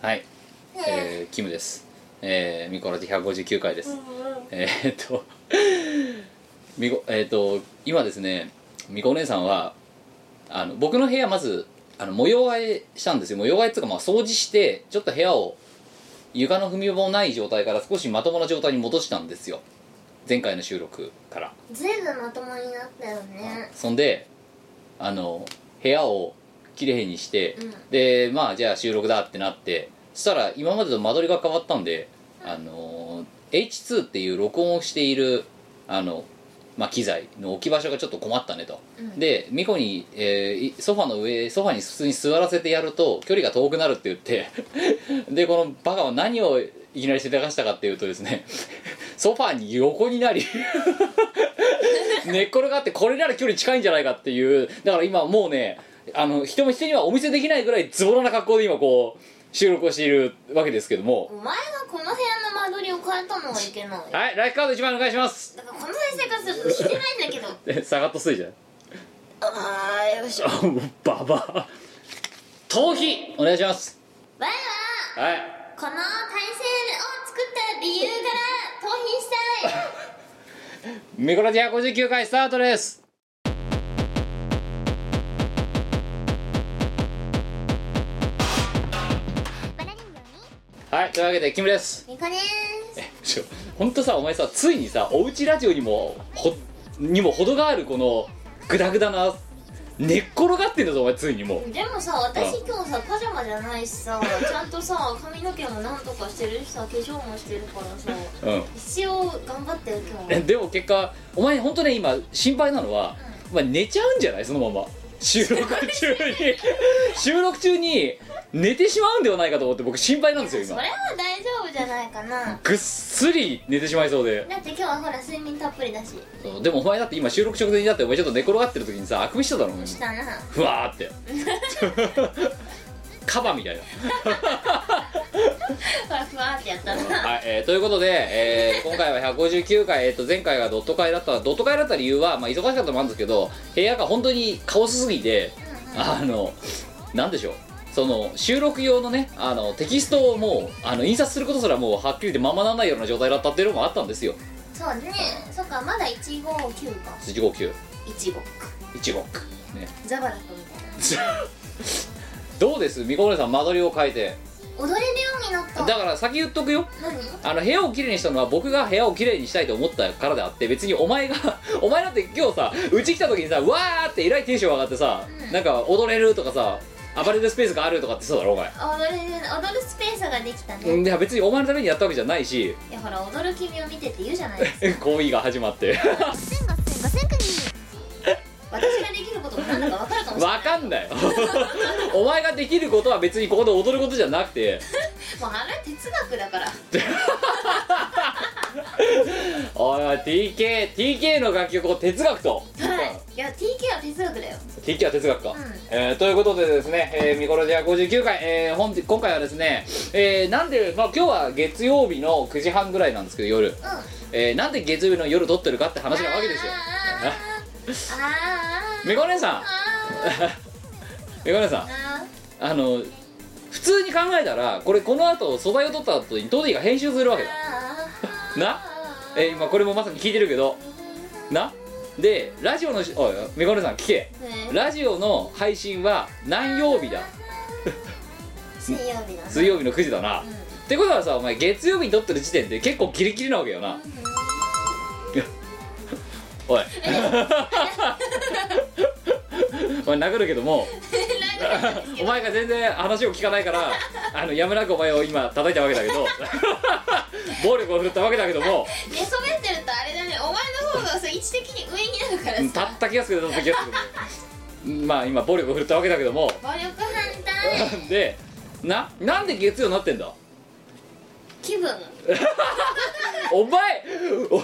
はい、えー、キムです。えー、ミコラジ159回です。えーっと、みこ、えーっと、今ですね、みこお姉さんは、あの、僕の部屋まず、あの、模様替えしたんですよ。模様替えっていうか、まあ、掃除して、ちょっと部屋を、床の踏み場もない状態から少しまともな状態に戻したんですよ。前回の収録から。ずいぶんまともになったよねそんであの部屋をきれいにして、うんでまあじゃあ収録だってなってそしたら今までと間取りが変わったんであの H2 っていう録音をしているあの、まあ、機材の置き場所がちょっと困ったねと、うんでミコに、えーいソファの上ソファに普通に座らせてやると距離が遠くなるって言ってでこのバカは何をいきなりせてかしたかっていうとですね ソファに横になり 寝っ転がってこれなら距離近いんじゃないかっていうだから今もうねあの人も人にはお見せできないぐらいズボラな格好で今こう収録をしているわけですけどもお前がこの部屋の間取りを変えたのはいけないだかはいライフカード1枚お願いしますらこの先生からするとしてないんだけどで下がっとすいじゃんあーよいしょあもうババア頭皮お願いします前ははいこの体勢を作った理由から逃避したいミコラジア59回スタートですはいというわけでキムですニコでーちょほんとさお前さついにさおうちラジオにもほにも程があるこのグダグダな寝っ転がってんだぞお前ついにもうすでもさ私今日さパジャマじゃないしさちゃんとさ髪の毛もなんとかしてるしさ化粧もしてるからさうん一応頑張ってよ今日えでも結果お前ほんとね今心配なのは、お前寝ちゃうんじゃないそのまま収録中に 収録中に寝てしまうんではないかと思って僕心配なんですよそ今れは大丈夫じゃないかなぐっすり寝てしまいそうでだって今日はほら睡眠たっぷりだしそうでもお前だって今収録直前になってお前ちょっと寝転がってる時にさあくびしただろお前したなふわーってカバみたいなふわふわってやったなはい、えーということで、えー今回は159回、えーと前回がドット会だったドット会だった理由は、まあ、忙しかったのもあるんですけど部屋が本当にカオスすぎてあのなんでしょうその収録用のねあのテキストをもうあの印刷することすらもうはっきり言ってままならないような状態だったっていうのもあったんですよそうねそっかまだ159か1 5 9 15 1 5ね ザバラ君みたいなどうですみこお姉さん間取りを変えて踊れるようになっただから先言っとくよ何あの部屋をきれいにしたのは僕が部屋をきれいにしたいと思ったからであって別にお前が お前だって今日さうち来た時にさわーってえらいテンション上がってさ、うんなんか踊れるとかさ暴れるスペースがあるとかってそうだろお前踊れる踊るスペースができたね、いや別にお前のためにやったわけじゃないし いやほら踊る君を見てって言うじゃない ですか行為が始まって 私ができることもなんだか分かるかもしれないわかんない お前ができることは別にここで踊ることじゃなくてもうあれ哲学だからおいおい TKTK の楽曲を哲学とはいいや TK は哲学だよティキは哲学か、んえーということでですね、えーミコロジア59回、えー本日今回はですね、えーなんで、まあ、今日は月曜日の9時半ぐらいなんですけど夜、うんあえーなんで月曜日の夜撮ってるかって話なわけですよあああミコ姉さん あミコ姉さんああの普通に考えたらこれこの後素材を撮った後にトディが編集するわけだ あなえー今これもまさに聞いてるけどなでラジオのしおいミコ姉さん聞けねラジオの配信は何曜日だ水曜日だな水曜日の9時だな、うん ってことはさお前月曜日に撮ってる時点で結構ギリギリなわけよな おいお前殴るけどもお前が全然話を聞かないからあのやむなくお前を今叩いたわけだけ ど暴力を振るったわけだけども寝そべってるとあれだねお前の方がさ位置的に上になるからうんたさった気がするけどたった気がするけどまあ今暴力を振るったわけだけども 暴力反対でななんで月曜になってんだ気分お前お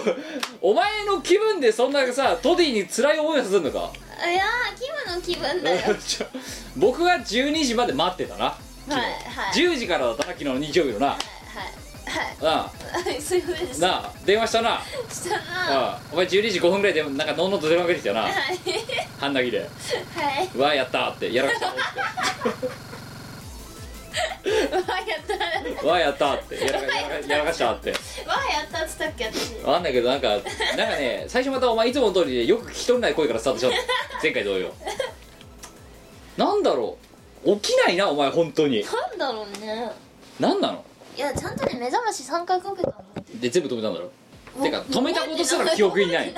お前の気分でそんなさトディに辛い思いをするのかいやーキムの気分だよちょ僕が12時まで待ってたなはいはい10時からだったな昨日の日曜日のなはいなはいはい そういうことであすなあ電話したなしたなはああお前12時5分ぐらいでなんかのんのんと電話かけてきたない半泣きではいうわやったーってやらかしたわやったな 「わあやった!」って「やらかやらかした!」ってやったっつったっけ私わかんないけどなんかなんかね最初またお前いつもの通りでよく聞き取れない声からスタートしちゃった前回同様なんだろう起きないなお前本当になんだろうねなんなのいやちゃんとね目覚まし3回かけたんだってで全部止めたんだろてか止めたことすら記憶にない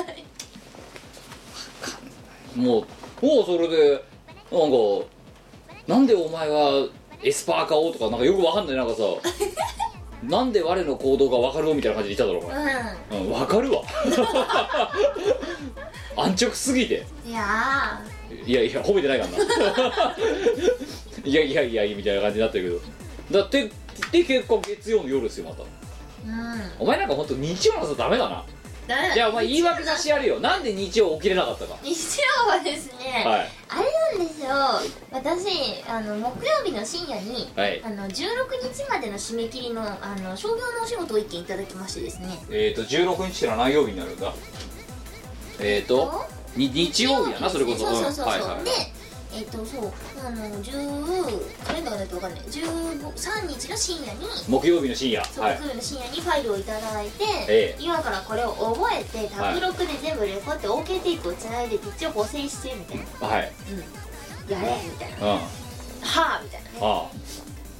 もうもうそれでなんかなんでお前はエスパーかをとかなんかよくわかんないなんかさなんで我の行動がわかるのみたいな感じで言っただろお前ううん、わかるわ安直すぎてんいやいやいや褒めてないからないやいやいやいやみたいな感じになってるけどだってで結果月曜の夜ですよまたーうんお前なんか本当日曜の朝ダメだなだめだじゃあお前言い訳さしてやるよなんで日曜起きれなかったか日曜はですね、はいあれなんですよ私あの木曜日の深夜にはいあの16日までの締め切りのあの商業のお仕事を一件いただきましてですねえっ、ー、と16日から何曜日になるんだえっ、ー、とに日曜日やなそれこそそうそうそうそう、んはいはいでえっ、とそうあの10カレンダーがないとわかんない13日の深夜に木曜日の深夜そう、はい木曜日の深夜にファイルをいただいて、ええ今からこれを覚えてはタいブロックで全部レコって OK テイクをつないで一応補正してみたいなはい「やれ」みたいなうんあ「はあ」みたいなあ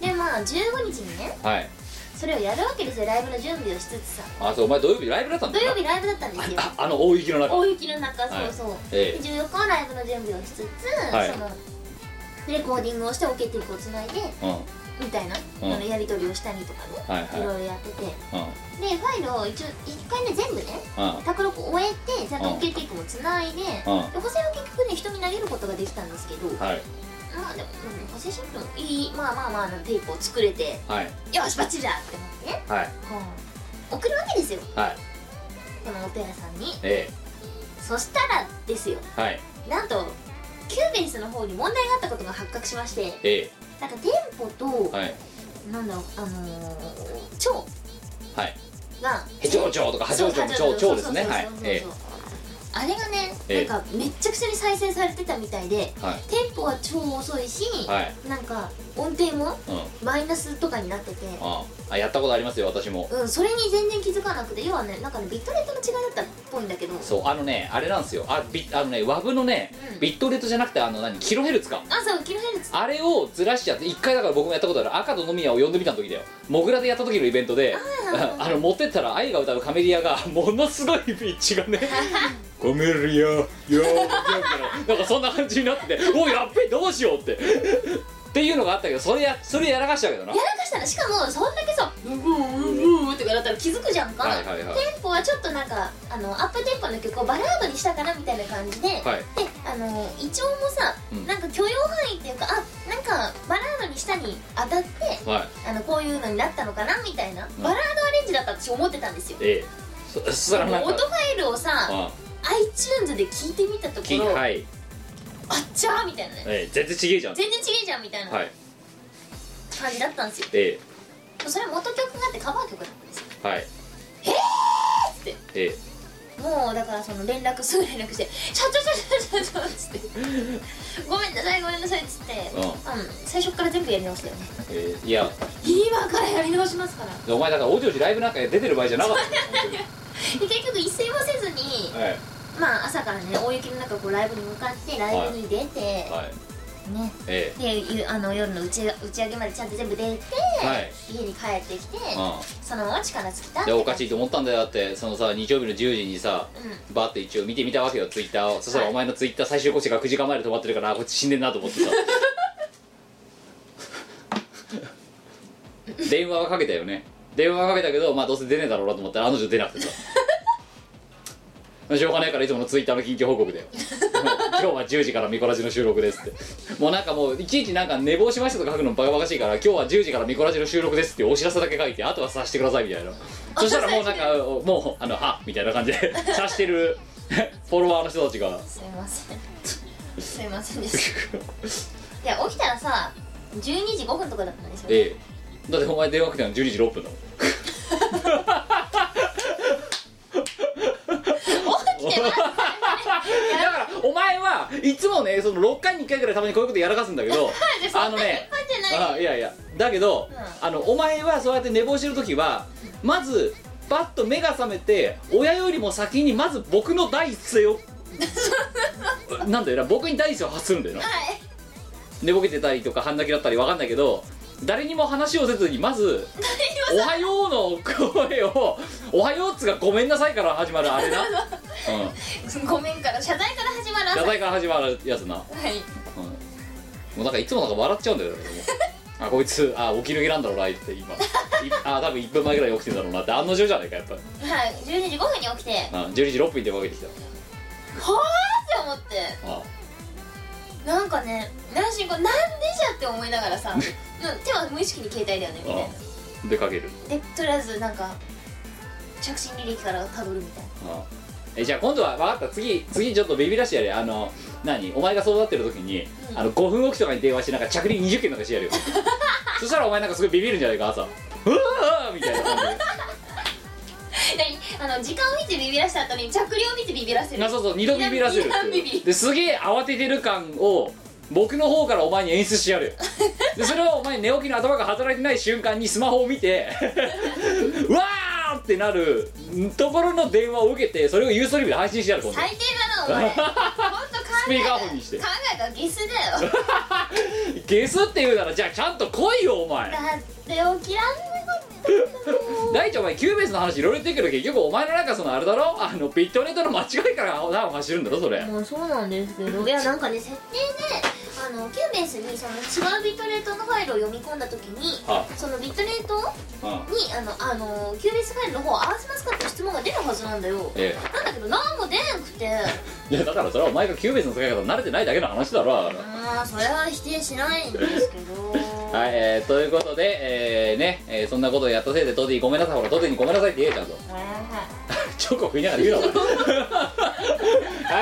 でまあ15日にねはいそれをやるわけですよライブの準備をしつつさあそうお前土曜日ライブだったん土だ曜よ日ライブだったんですよああの大雪の中大雪の中そはいうそう、えで14日はライブの準備をしつつ、はいそのレコーディングをしてオケティックをつないでえうんうんみたいな、うんあのやり取りをしたりとかね、はいはいろいろやっててでうんファイルを一応1回ね全部ねう卓録終えてちゃんとオケティックもつないで、んで補正を結局ね人に投げることができたんですけど、んはいまあでも、うん、補正ショップもいいまあまあまあのテープを作れてはいよしバッチリだって思ってねはいこう送るわけですよはいこのオペラさんにえそしたらですよえはいなんとキューベースの方に問題があったことが発覚しましてえなんか店舗と、えはいなんだろうあのー、蝶はいがへちょうちょうとかはちょうちょうのちょうちょうですねはいえあれがね、ええなんかめっちゃくちゃに再生されてたみたいでえはテンポは超遅いし、いはいなんか音程もうんマイナスとかになっててああやったことありますよ私もうん、それに全然気づかなくて要はねなんかねビットレートの違いだったっぽいんだけどそうあのねあれなんですよあビあのねワブのねうんビットレートじゃなくてあの何キロヘルツかあそうキロヘルツあれをずらしちゃって一回だから僕もやったことある赤と野宮を呼んでみた時だよモグラでやった時のイベントであ あの持ってったら愛が歌うカメリアがものすごいピッチが ね「カメリアよーよー」なんかそんな感じになってて「おいやっべどうしよう」ってっていうのがあったけどそれやそれやらかしたけどなやらかしたらしかもそんだけさ「ブーブーブーブー」とかだったら気づくじゃんか、はいはいはいテンポはちょっとなんかあのアップテンポの曲をバラードにしたかなみたいな感じで、はいであの胃腸もさ、うんなんか許容範囲っていうかあなんかバラードにしたに当たってはいあのこういうのになったのかなみたいな、バラードアレンジだったって私思ってたんですよええそそしたらでなんもか音ファイルをさあ iTunes で聞いてみたとこきろ、はい、えあっちゃーみたいなねえ全然ちげえじゃん全然違えじゃんみたいなはい感じだったんですよ、えそれは元曲があってカバー曲だったんですえよはいってええもうだからその連絡すぐ連絡して「ちょちょちょちょちょ」っつ って「ごめんなさいごめんなさい」っつって、うん最初から全部やり直したよねええいや今からやり直しますからお前だからオーディオジライブなんか出てる場合じゃなか ったよ本で結局一睡もせずに当にはいまあ朝からね大雪の中こうライブに向かってライブに出て、はいねえでゆあの夜の打ち打ち上げまでちゃんと全部出て、えはい家に帰ってきて、うんそのまま力尽きたいってやおかしいと思ったんだよだってそのさ日曜日の10時にさうバーって一応見てみたわけよツイッターをそしたらはおい前のツイッター最終更新が9時間前で止まってるからあこっち死んでんなと思 ってさ電話はかけたよね電話はかけたけどまあどうせ出ねえだろうなと思ったらあの女出なくてさしょうがないからいつものツイッターの緊急報告だよ 今日は10時からミコラジの収録ですってもうなんかもういちいちなんか寝坊しましたとか書くのバカバカしいから今日は10時からミコラジの収録ですっていうお知らせだけ書いてあとはさしてくださいみたいなそしたらもうなんかもうあのはみたいな感じで さしてるフォロワーの人たちが んすいませんすいませんでしたいや起きたらさ12時5分とかだったんですよねええだってお前電話来たの12時6分だもん起きてますだからお前はいつもねその6回に1回ぐらいたまにこういうことやらかすんだけどあのね待ってないあいやいやだけど、うんあのお前はそうやって寝坊してる時はまずパッと目が覚めて親よりも先にまず僕の第一声 をなんだよな僕に第一声を発するんだよなはい寝ぼけてたりとか半泣きだったりわかんないけど誰にも話をせずにまず「おはよう」の声を「おはよう」っつが「ごめんなさい」から始まるあれ な、うん、ごめんから謝罪から始まら謝は罪から始まるやつな、うん、もいうなんかいつもなんか笑っちゃうんだよね俺もあこいつあ起き抜けなんだろうなって今いあ多分1分前ぐらいに起きてんだろうなって案の定じゃないかやっぱりはい12時5分に起きてはうん12時6分で分けてきたあって思ってあなんかね内心こうなんでじゃって思いながらさうん手は無意識に携帯だよねみたいなあ出かけるでとりあえずなんか着信履歴からたどるみたいあえじゃあ今度は分かった次次ちょっとビビらしてやれあの何お前が育ってる時に、うんあの5分おきとかに電話してなんか着陸20件なんかしてやるよそしたらお前なんかすごいビビるんじゃないか朝うわーみたいな感じでな 何あの時間を見てビビらした後に着量を見てビビらせるなそうそう二度ビビらせるって二段ビいビうですげえ慌ててる感を僕の方からお前に演出してや るよでそれをお前寝起きの頭が働いてない瞬間にスマホを見て うわーってなるところの電話を受けてそれをユーストリームで配信してやる今度最低だな お前ほんと考スピえーカたーフォンにして考えたらゲスだよゲスって言うならじゃあちゃんと来いよお前だって起きらんない大地お前キューベースの話いろいろ言ってるけど結局お前の中そのあれだろあのビットネットの間違いから何を走るんだろそれもうそうなんですけどいやなんかね設定であのキューベースにその違うビットレートのファイルを読み込んだ時にはそのビットレートうんにあのあのキューベースファイルの方を合わせますかって質問が出るはずなんだよえなんだけど何も出なくてえいやだからそれはお前がキューベースの使い方慣れてないだけの話だろあれまあそれは否定しないんですけどはい、えーということで、えーね、えーそんなことをやったせいでトディごめんなさいほらトディにごめんなさいって言えちゃんとチョコ食いながら言うなお前は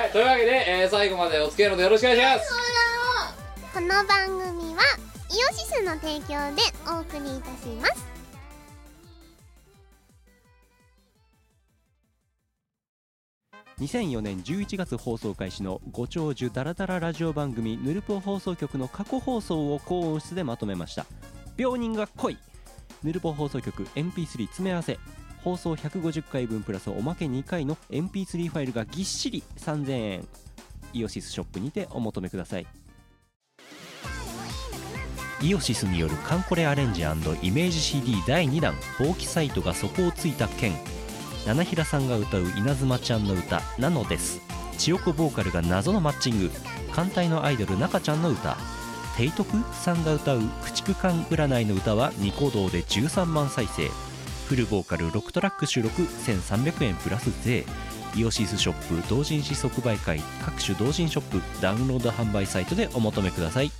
いというわけで、えー最後までお付き合いのほどよろしくお願いしますこの番組はイオシスの提供でお送りいたします2004年11月放送開始のご長寿ダラダララジオ番組「ヌルポ放送局」の過去放送を高音質でまとめました病人が来いヌルポ放送局 MP3 詰め合わせ放送150回分プラスおまけ2回の MP3 ファイルがぎっしり3000円イオシスショップにてお求めくださいイオシスによるカンコレアレンジイメージ CD 第2弾「放棄サイトが底をついた件」七平さんが歌う稲妻ちゃんの歌「なのです」千代子ボーカルが謎のマッチング艦隊のアイドル中ちゃんの歌テイトクさんが歌う「駆逐艦占い」の歌はニコ動で13万再生フルボーカル6トラック収録1300円プラス税イオシスショップ同人誌即売会各種同人ショップダウンロード販売サイトでお求めください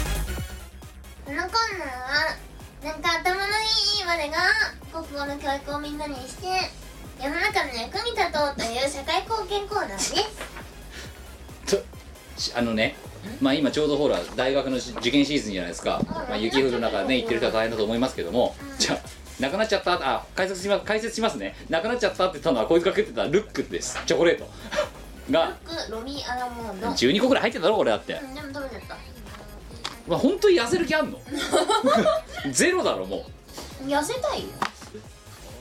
このコーナーはなんか頭のいいまでが国語の教育をみんなにして世の中の役に立とうという社会貢献コーナーですしあのねまあ今ちょうどほら大学のし受験シーズンじゃないですか、まあ、雪降る中ね行ってる人は大変だと思いますけども、じゃあなくなっちゃったあ解説します解説しますねなくなっちゃったって言ったのはこいつが食ってたルックですチョコレート が僕ロミーアラモンドう12個ぐらい入ってただろこれだってんでも食べちゃっまあ本当に痩せる気あんの ゼロだろもうた痩せたいよ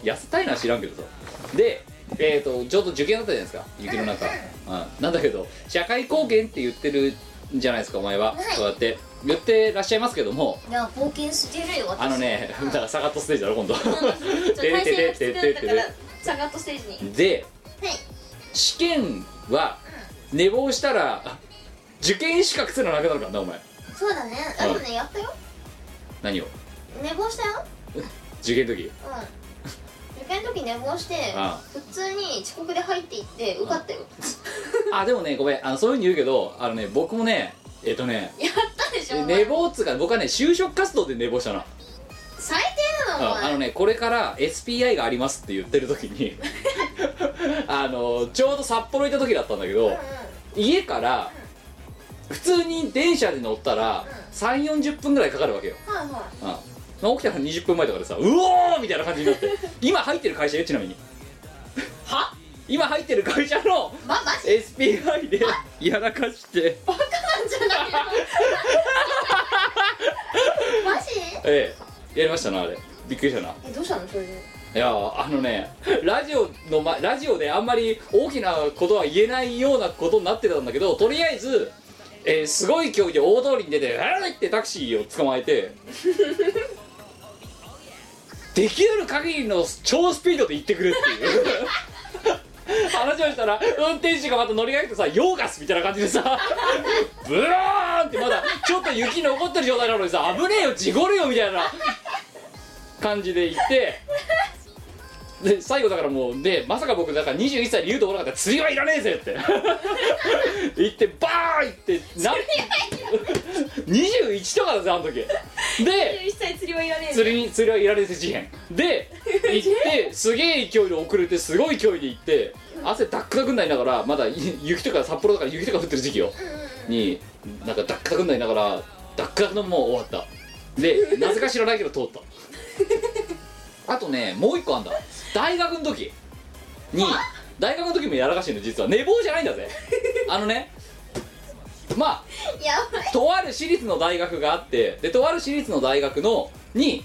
痩せたいのは知らんけどさでえー、とちょうど受験だったじゃないですか雪の中、うん、なんだけど社会貢献って言ってるじゃないですかお前は、はいそうやって言ってらっしゃいますけどもいや貢献してるよ私あのねだからサガットステージだろ今度ちょっと体勢がきつくなったからサガットステージにはいで試験は寝坊したら受験資格すらなくなるからなお前そうだねあでもねやったよ何を寝坊したよ受験の時うん受験の時寝坊してあ普通に遅刻で入っていって受かったよあでもねごめんあのそういうふうに言うけどあのね僕もねえっ、とねやったでしょお前寝坊っつうか僕はね就職活動で寝坊したな最低なのあお前あのねこれから SPI がありますって言ってる時に あのちょうど札幌行った時だったんだけど家から普通に電車で乗ったら3 4 0分ぐらいかかるわけよ、うんうんはいはうん起きたら20分前とかでさうおーみたいな感じにな って今入ってる会社よちなみには今入ってる会社 のまマジ SPI でやらかしてバカなんじゃないのマジええやりましたなあれびっくりしたなえどうしたのそれでいやーあのねラジオの、ま、ラジオであんまり大きなことは言えないようなことになってたんだけどとりあえず、えーすごい勢いで大通りに出て「あーい!」ってタクシーを捕まえて できる限りの超スピードで行ってくれっていう話をしたら運転手がまた乗り上げてさヨーガスみたいな感じでさブローンってまだちょっと雪残ってる状態なのにさ危ねえよ事故るよみたいな感じで行ってで最後だからもうでまさか僕だから21歳で言うとこなかったら釣りはいらねえぜって 言ってバーンってな21とかだぜあの時で一切釣りはいらねえ釣りに釣りはいられず事変 で行ってすげえ勢いで遅れてすごい勢いで行って汗ダックダクになりながらまだい雪とか札幌とか雪とか降ってる時期よになんかダックダクになりながらダックダクのもう終わったでなぜか知らないけど通ったあとねもう一個あんだ大学の時に大学の時もやらかしてるの実は寝坊じゃないんだぜあのねまあやばいとある私立の大学があってでとある私立の大学のに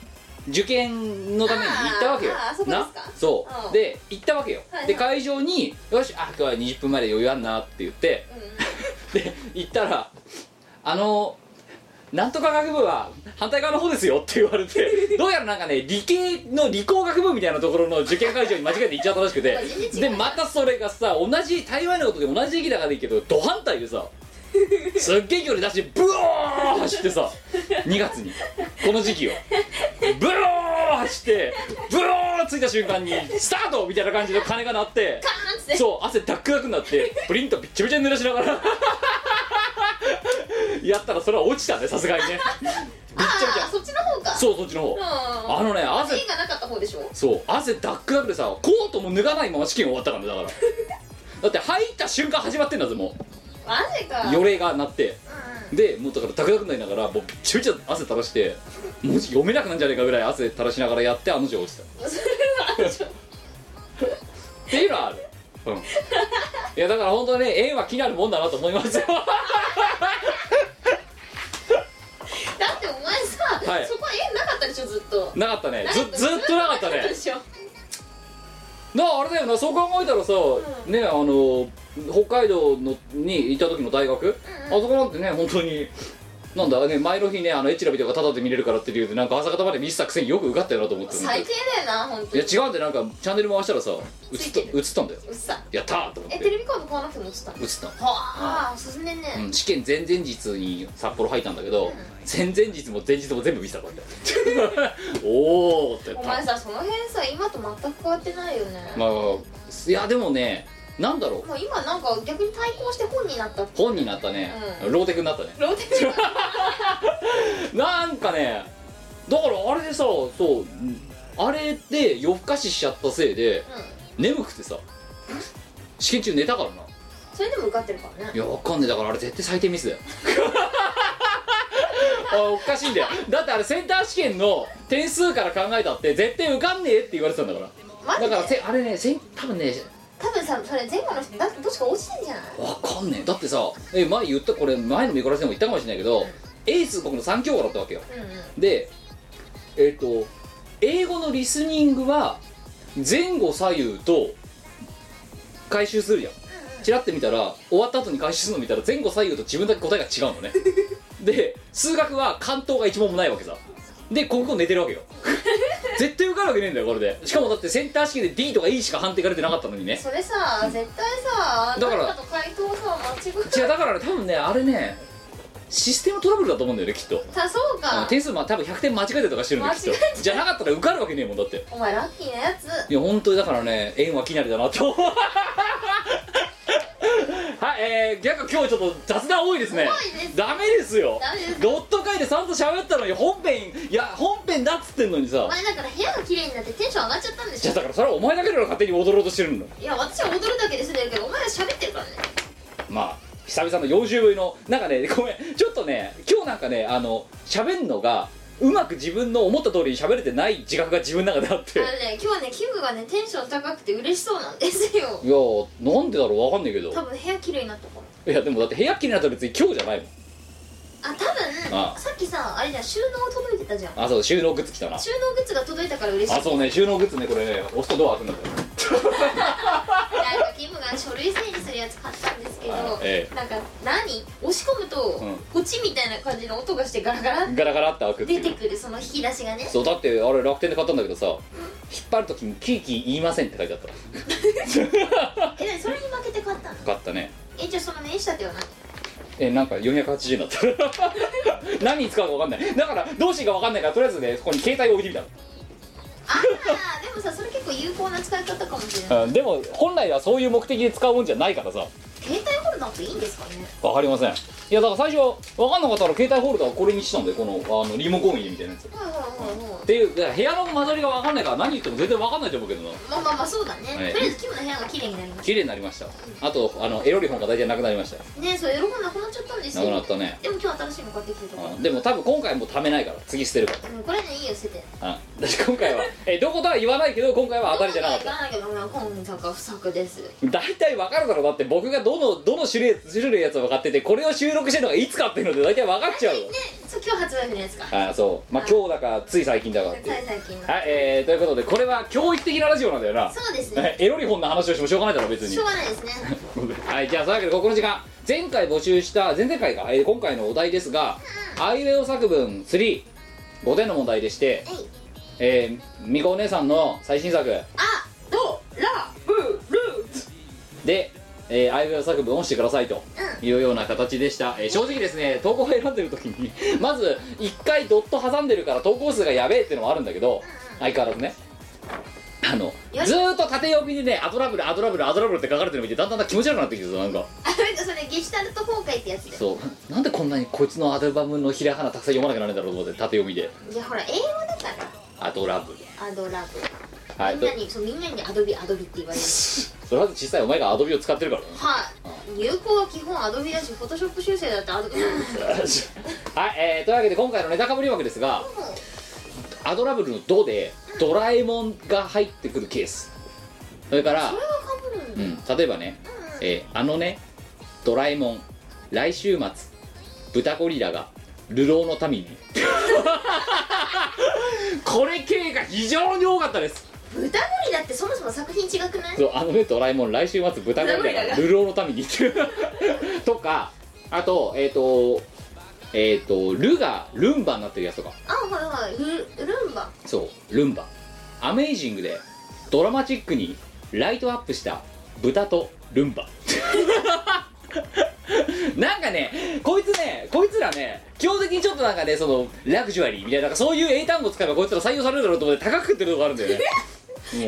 受験のために行ったわけよあーあーそこですかなそう、うんで行ったわけよ、はいはいで会場に「よしあ今日は20分前で余裕あんな」って言ってで行ったら「あのなんとか学部は反対側の方ですよ」って言われてどうやらなんかね理系の理工学部みたいなところの受験会場に間違えて行っちゃったらしくて全然違でまたそれがさ同じ台湾のことで同じ駅だからいいけどど反対でさすっげえ距離出してブロー走ってさ2月にこの時期をブロー走ってブローついた瞬間にスタートみたいな感じで鐘が鳴ってカーンってそう汗ダックダックになってプリントびっちゃびちゃに濡らしながらやったらそれは落ちたねさすがにねびっちゃびちああゃそっちの方かそうそっちの方ああのね汗がなかった方でしょそう汗ダックダックでさコートも脱がないまま試験終わったからねだからだって入った瞬間始まってんだぜもマジかう よれがなってうんでもうだからダクダクになりながらもうびっちゃびちゃ汗垂らして文字読めなくなんじゃねえかぐらい汗垂らしながらやってあの字落ちたそれはちょっとっていうのはあるうんいやだから本当にね縁は気になるもんだなと思いますよだってお前さ、はいそこ縁なかったでしょずっとなかったねずずっとなかったねでしょなああれだよなそう考えたらさ、うんねあの北海道のにいた時の大学、あそこなんてね本当になんだね前の日ねあのエッチなビデオがタダで見れるからっていう理由でなんか朝方まで見せたくせによく受かったよなと思って最低だよな本当いにや違うんでなんかチャンネル回したらさ映っついたてる映ったんだようっさやったーと思っえてテレビコード買わなくても映ったの映ったのはあ進んでんね、うん、試験前々日に札幌入ったんだけど、前々日も前日も全部見せたか らね おおってやっおた前さその辺さ今と全く変わってないよね、まあいやでもねなんだろうもう今なんか逆に対抗して本になっ たって本になったね、うんローテクになったねローテーションなんかねだからあれでさそううんあれで夜更かししちゃったせいで眠くてさ試験中寝たからなそれでも受かってるからいねやわかんねえだからあれ絶対最低ミスだよ あおかしいんだよだってあれセンター試験の点数から考えたって絶対受かんねえって言われてたんだからマだジでからせあれねせん多分ね多分さそれ前後の人だってどっちか落ちてんじゃないわかんねえだってさえ前言ったこれ前の見殺しでも言ったかもしれないけどエース僕の3教科だったわけようんうんでえっ、と英語のリスニングは前後左右と回収するじゃんチラって見たら終わった後に回収するの見たら前後左右と自分だけ答えが違うの ねで数学は関東が一問もないわけさで国語寝てるわけ よ絶対受かるわけねえんだよこれでしかもだってセンター試験で D とか E しか判定が出てなかったのにねそれさ絶対さだから誰と回答さ間違え違うだからね多分ねあれねシステムトラブルだと思うんだよねきっとたそうか点数まあ多分100点間違えてとかしてるんだよきっ間違えとじゃなかったら受かるわけねえもんだってお前ラッキーなやついや本当にだからね縁はきなりだなと はいえー、逆今日ちょっと雑談多いですね多いですダメですよダメですドット会でちゃんと喋ったのに本編いや本編だっつってんのにさお前だから部屋が綺麗になってテンション上がっちゃったんでじしゃあょだからそれはお前だけだろ勝手に踊ろうとしてるのいや私は踊るだけでするけどお前は喋ってるからねまあ久々の40ぶりのなんかねごめんちょっとね今日なんかねあの喋んのがうまく自分の思った通りに喋れてない自覚が自分の中であってあのね今日ねキムがねテンション高くて嬉しそうなんですよいやーなんでだろうわかんないけど多分部屋綺麗になったからいやでもだって部屋きれいになったら別に今日じゃないもんあ多分ああさっきさあれじゃん収納届いてたじゃんあそう収納グッズ来たな収納グッズが届いたから嬉しいあそうね収納グッズねこれね押すとドア開くんだよなんかキムが書類整理するやつ買ったんですけど、はいえなんか何押し込むと、うんポチみたいな感じの音がしてガラガラってガラガラって開くってい出うてくるその引き出しがねそうだってあれ楽天で買ったんだけどさ引っ張るときにキーキー言いませんって書いてあった え何それに負けて買ったの買ったねえじゃあその名仕立ては 何えなんか480になった 何に使うか分かんないだからどうしていいか分かんないからとりあえずねここに携帯を置いてみたのああでもさそれ結構有効な使い方かもしれないうんでも本来はそういう目的で使うもんじゃないからさ携帯ホルダーっていいんですかねわかりませんいやだから最初は分かんなかったから携帯ホルダーをこれにしたんだよこのあのリモコン入れみたいなやつっはいはいはいはいていうだから部屋の間取りが分かんないから何言っても全然分かんないと思うけどなまあまあまあそうだね、はいとりあえずキムの部屋が綺麗になりまし綺麗になりましたあとあのエロリ本が大体なくなりましたたねそうエロ本なくなっちゃったんですなよくなったねでも今日新しいの買ってきてたから、うんでも多分今回もう貯めないから次捨てるからうんこれねいいよ捨ててあ私今回は えどことは言わないけど今回は当たりじゃなかっどこたまで行かないけどまあ今作は不作です大体わかるだろうだって僕がどのどの種類種類やつを分かっててこれを収録してるのがいつかっていうので大体分かっちゃうよそう今日発売日のやつかあそうまあ今日だかつい最近だかっていう最最近のはいえー、ということでこれは教育的なラジオなんだよなそうですねえエロリ本の話をしてもしょうがないだろ別にしょうがないですねはいじゃあそういうわけでここの時間前回募集した前々回が、えー今回のお題ですが「あいうえお作文35点の問題でしてはいえー、みこお姉さんの最新作あドラブルで、えー、あいうえお作文をしてくださいというような形でした、えー正直ですね投稿を選んでる時に まず1回ドット挟んでるから投稿数がやべえっていうのもあるんだけど相変わらずねあのよしずーっと縦読みでね「アドラブルアドラブルアドラブル」って書かれてるの見てだんだん気持ち悪くなってきてさなんかあなんかそれゲシュタルト崩壊ってやつでそうなんでこんなにこいつのアルバムのひらがなたくさん読まなきゃならないんだろうと思って縦読みでいやほら英語だから「アドラブルアドラブ」はいみんとなにそうみんなにアドビアドビって言わ れるそれは実際お前がアドビを使ってるからねはい有効は基本アドビだしフォトショップ修正だってアドビなんですよはい、えーというわけで今回のネタかぶり枠ですがアドラブルの「ド」でドラえもんが入ってくるケースそれからこれが被るんうだん、例えばね、えーあのねドラえもん来週末豚ゴリラが流浪の民に これ系が非常に多かったです豚ゴリラってそもそも作品違くないそうあのねドラえもん来週末豚ゴリラが流浪の民に とかあとえっ、とえっ、と「ル」がルンバになってるやつとかあはいはいルルンバそうルンバアメイジングでドラマチックにライトアップした豚とルンバ なんかねこいつねこいつらね基本的にちょっとなんかねそのラグジュアリーみたいななんかそういう英単語使えばこいつら採用されるだろうと思って高く食ってるとこあるんだよね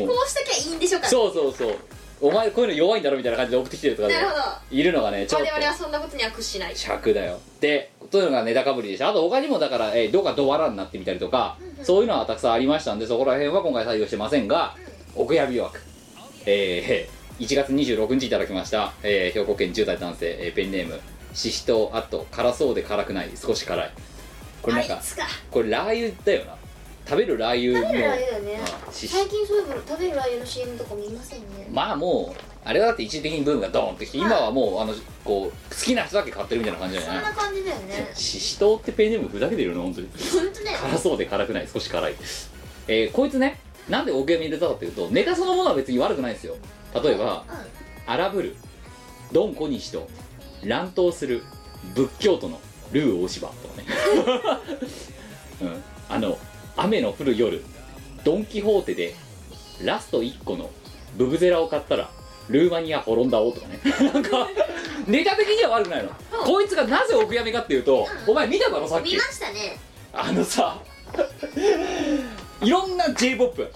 もこううしときゃいいんでしょうかそうそうそうお前こういうの弱いんだろみたいな感じで送ってきてるとかねなるほどいるのがねちょっ我と々はそんなことには屈しない尺だよでというのがネタかぶりでしたあと他にもだから、えー、どうかドワラになってみたりとか、そういうのはたくさんありましたんでそこら辺は今回採用してませんが、お悔やみ枠えー、1月26日いただきました、えー兵庫県10代男性、えーペンネームししとあと辛そうで辛くない少し辛いこれなんか、あいつかこれラー油だよな食べるラー油の食べるラー油だよねうんしし最近そういえば食べるラー油の CM とか見ませんねまあもうあれはだって一時的にブームがドーンってきて今はもうあのこう好きな人だけ買ってるみたいな感じじゃそんないな感じだよねししとうってペンネームふざけてるよな本当に本当だよ辛そうで辛くない少し辛い、えーこいつねなんで大悔やみ入れたかっていうとネタそのものは別に悪くないんですよ例えば「荒ぶる」「ドン小西」と「乱闘する」「仏教徒のルー大柴」とかね、 うん、あの「雨の降る夜」「ドン・キホーテ」でラスト1個のブブゼラを買ったらルーマニア滅んだおとかね なんかネタ的には悪くないの、こいつがなぜお悔やみかっていうと、お前見ただろさっき見ましたねあのさいろんな j p o p う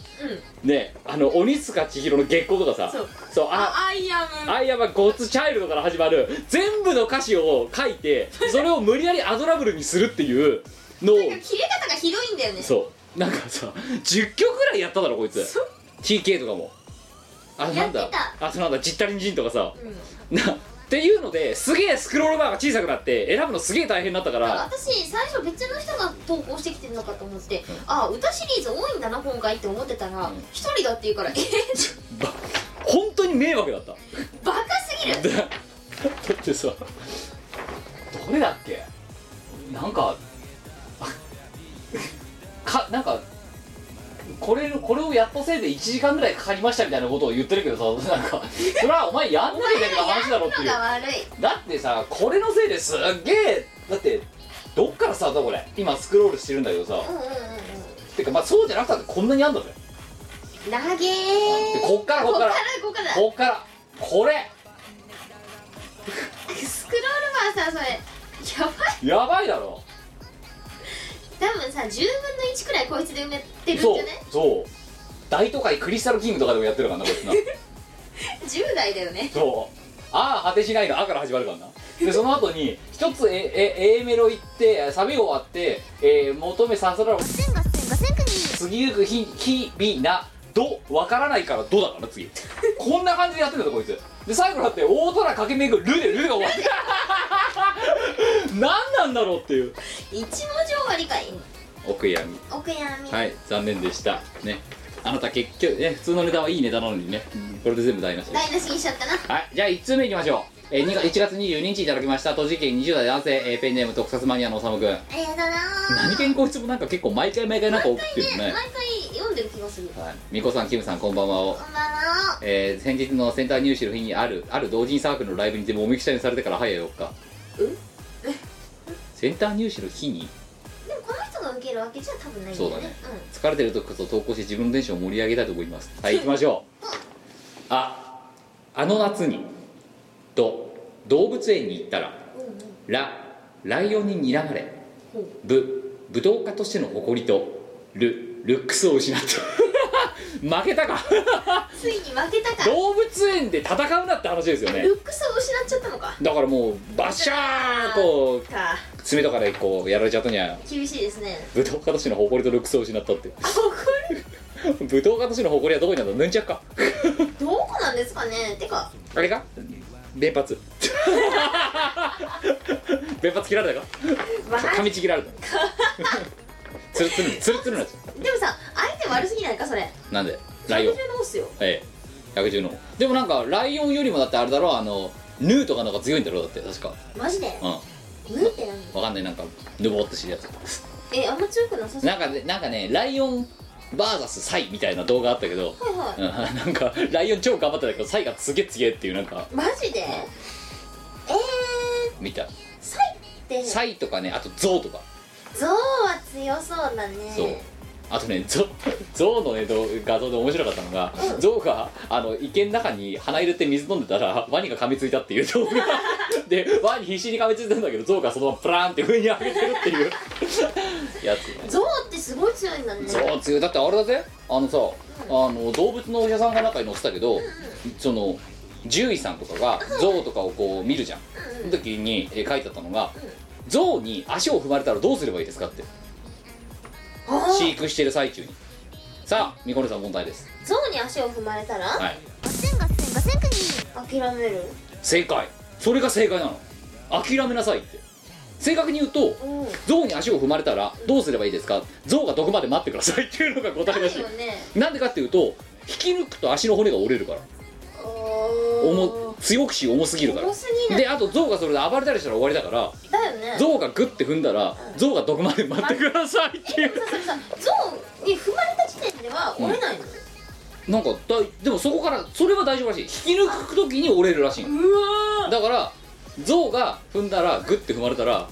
ねあの鬼塚千尋の月光とかさそうあアイアムアイアマゴッツチャイルドから始まる全部の歌詞を書いてそれを無理やりアドラブルにするっていうのをなんか切れ方がひどいんだよねそうなんかさ10曲ぐらいやっただろこいつ TK とかもあなんだやってあとなんだジッタリンジンとかさうんなっていうのですげえスクロールバーが小さくなって選ぶのすげえ大変だったから私最初別の人が投稿してきてるのかと思って、あ歌シリーズ多いんだな今回って思ってたらうん一、人だって言うからえば本当に迷惑だったバカすぎるで だってさどれだっけなんか あかなんかこれこれをやっとせいで1時間ぐらいかかりましたみたいなことを言ってるけどさ なんかそれはお前やんなきゃいけない話だろってのいうが悪いだってさこれのせいですっげえだってどっからスタートこれ今スクロールしてるんだけどさうんうんうんてかまあそうじゃなくたってこんなにあんだぜうん投げでーこっからこっからこっからここっかっからこれらスクロールバーさそれややばばいいだろ多分さ10分の1くらいこいつで埋めてるんじゃそうねそう大都会クリスタルキングとかでもやってるからなこいつ な10代だよねそうああ果てしないの「あ」から始まるからなでその後に一つええ A メロ行ってサビ終わって、えー求めさせられガセンガセンガセンクニー次ゆく日日々などわからないからどだから 次こんな感じでやってるんだこいつで最後だって大空駆け巡るルでルでが終わって 何なんだろうっていう一文字終わりかいお悔やみお悔やみはい残念でしたねあなた結局ね普通のネタはいいネタなのにねこれで全部台無しです台無しにしちゃったなはい、じゃあ1通目いきましょう、えー、2月1月22日いただきました栃木県20代男性、えーペンネーム特撮マニアのおさむくんありがとうな何県こいつもなんか結構毎回毎回なんか送ってるね毎回読んでる気がするはいみこさんキムさんこんばんはをこんばんはえー先日のセンター入試の日にあるある同人サークルのライブにてもみくちゃにされてから早い4日センター入試の日にでもこの人が受けるわけじゃ多分ないんだよねそうだね疲れてる時こそ投稿して自分のテンションを盛り上げたいと思いますはい行きましょうああの夏にと動物園に行ったらうんうんうんラライオンに睨まれほうブ武道家としての誇りとルルックスを失った負けたか ついに負けたか動物園で戦うなって話ですよねルックスを失っちゃったのかだからもうバシャーこうか爪とかでこうやられちゃったにゃ厳しいですね武道家としての誇りとルックスを失ったってあこれ武道家としての誇りはどこにあるのヌンチャクかどこなんですかねてかあれか連発連発切られたかわか噛みちぎられたつるつるつるつるなっちゃっでもさ相手悪すぎないかそれたなんでライオン110直すよええ百獣のでもなんかライオンよりもだってあれだろあのヌーとかの方が強いんだろだって確かマジでうんムって何わかんないなんかぬぼーっとしてるやつえあんま強くなさそうなんかねなんかねライオンバーサスサイみたいな動画あったけど、はいはうん、なん かライオン超頑張ってたけどサイがすげえすげえっていうなんかいマジでえー見たサイってサイとかねあとゾウとかゾウは強そうだねそうあとねゾゾウの、ね、動画像で面白かったのが、ゾウがあの池の中に鼻入れて水飲んでたらワニが噛みついたっていう動画でワニ必死に噛みついたんだけどゾウがそのままプラーンって上に上げてるっていう やつねゾウってすごい強いんだねゾウ強いだってあれだぜあのさ、あの動物のお医者さんが中に載ってたけど、その獣医さんとかがゾウとかをこう見るじゃん、うんその時にえ書いてあったのが、ゾウに足を踏まれたらどうすればいいですかってあー飼育してる最中にさあみこねさん問題ですゾウに足を踏まれたら、はいガセンガセンガセンクニー諦める正解それが正解なの諦めなさいって正確に言うとうん象に足を踏まれたらどうすればいいですか象がどこまで待ってくださいっていうのが答えだらしよねいなんでかっていうと引き抜くと足の骨が折れるから重重強くし重すぎるから重すぎないであと象がそれで暴れたりしたら終わりだからだよね象がグッて踏んだら象がどこまで待ってくださいっていうさそれさゾウに踏まれた時点では折れないの、なんかだでもそこからそれは大丈夫らしい引き抜く時に折れるらしいのうわーだから象が踏んだらグッて踏まれたら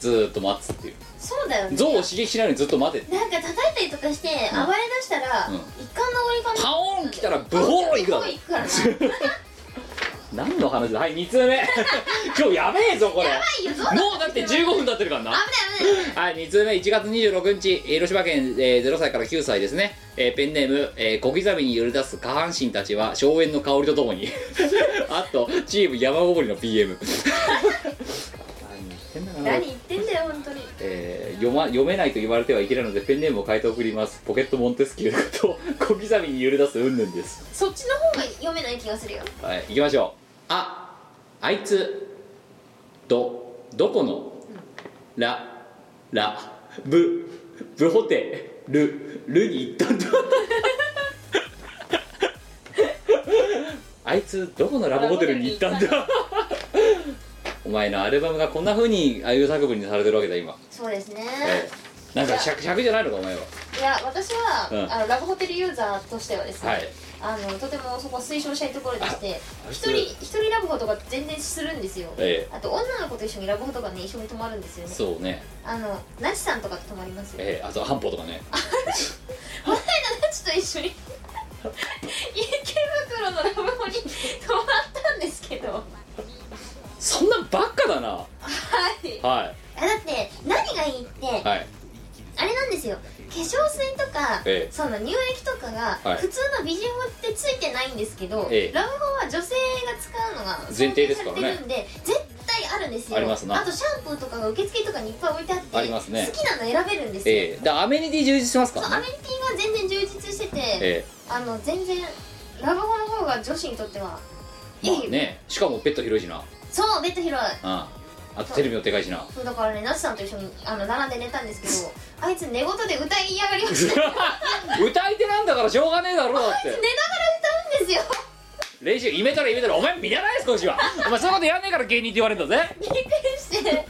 ずーっと待つっていうそうだよね象を刺激しないようにずっと待てなんか叩いたりとかしてうん暴れ出したら、うん一貫の終わりかパもオーン来たらブホーン行くだろ行くからな何の話だはい2通目 今日やべえぞこれいよ象もうだって15分経ってるからな危ない危ないはい、2通目、1月26日、えー広島県、えー0歳から9歳ですね、えーペンネーム、えー小刻みに揺れ出す下半身たちは、荘園の香りとともに、 あと、チーム山登りの PM。何言ってんだかな何言ってんだよ本当に えー読ま読めないと言われてはいけないのでペンネームを変えて送りますポケットモンテスキューと小刻みに揺れ出す云々ですそっちの方が読めない気がするよはい行きましょうああいつどどこのららぶぶホテルるに行った んだあいつどこのラブホテルに行ったんだ お前のアルバムがこんなふうにああいう作文にされてるわけだ今、そうですね、 ええなんか尺尺じゃないのかお前は、いや私は、うんあのラブホテルユーザーとしてはですね、はいあのとてもそこは推奨したいところでしてあ一人一人ラブホとか全然するんですよ、えあと女の子と一緒にラブホとかね一緒に泊まるんですよえねそうねあのナチさんとかと泊まりますよええあとは半歩とかね前のナチと一緒に 池袋のラブホに泊まったんですけどはそんなんばっかだないはあだって何がいいっていはいあれなんですよ化粧水とか、ええその乳液とかがはい普通の美人法ってついてないんですけど、ええラブホは女性が使うのが前提ですからね想定されてるんで絶対あるんですよありますなあとシャンプーとかが受付とかにいっぱい置いてあってありますね好きなの選べるんですよ、ええだからアメニティ充実しますかそうアらメねニティが全然充実してて、えあの全然ラブホの方が女子にとってはえいい、まあねしかもベッド広いしなそうベッド広いうんあとテレビのでかいしな そうだからねナスさんと一緒にあの並んで寝たんですけどあいつ寝言で歌いやがりました寝ながら歌い手なんだからしょうがねえだろだって歌うんですよ 練習イメたらイメたらお前見習い少しはお前そこでやんねえから芸人って言われるんだぜ びっくりして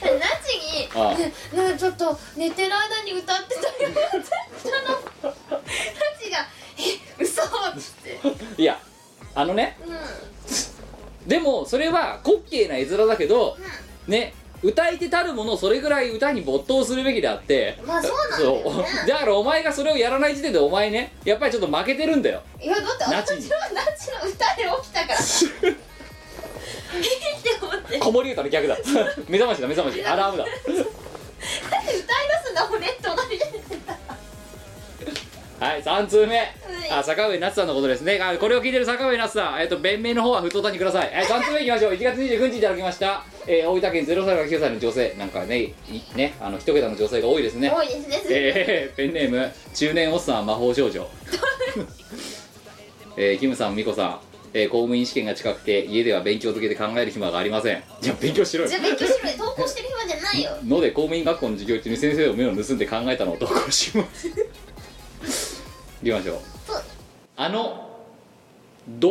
ナチにああねねちょっと寝てる間に歌ってたよ」って言ったのナチが「え嘘っつっていやあのねうんでもそれは滑稽な絵面だけど、ね歌い手たるものそれぐらい歌に没頭するべきであってまあそうなんだよねそうだからお前がそれをやらない時点でお前ねやっぱりちょっと負けてるんだ よいやだってナチに私はナチの歌で起きたからえっって思って子守歌の逆だ 目覚ましだ目覚ましアラームだだって歌い出すんだもんね隣で寝てたはい3通目あ坂上夏さんのことですねあこれを聞いてる坂上夏さん、えっと弁明の方は不当単にください、え3通目いきましょう1月29日いただきました、えー大分県0歳から9歳の女性なんかねいねあの一桁の女性が多いですね多いですねえーペンネーム中年おっさん魔法少 女えーキムさんミコさん、えー公務員試験が近くて家では勉強づけて考える暇がありませんじゃあ勉強しろよじゃあ勉強しろよ投稿してる暇じゃないよので公務員学校の授業中に先生の目を盗んで考えたのを投稿しますいきましょうそうあのド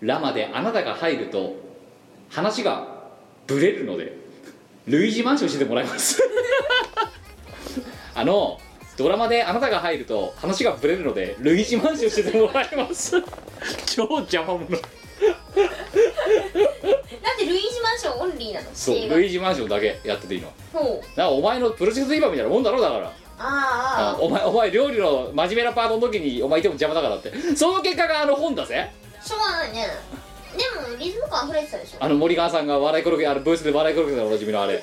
ラマであなたが入ると話がブレるので類似マンションしてもらいます あのドラマであなたが入ると話がブレるので類似マンションしてもらいます超邪魔者なんでルイージマンションオンリーなのそう指定が類似マンションだけやってていいのほうだからお前のプロジェクト今みたいなもんだろだからああああお前お前料理の真面目なパートの時にお前いても邪魔だからってその結果があの本だぜあしょうがないねでもリズム感溢れてたでしょあの森川さんが笑い転げあのブースで笑い転げたのおなじみのあれ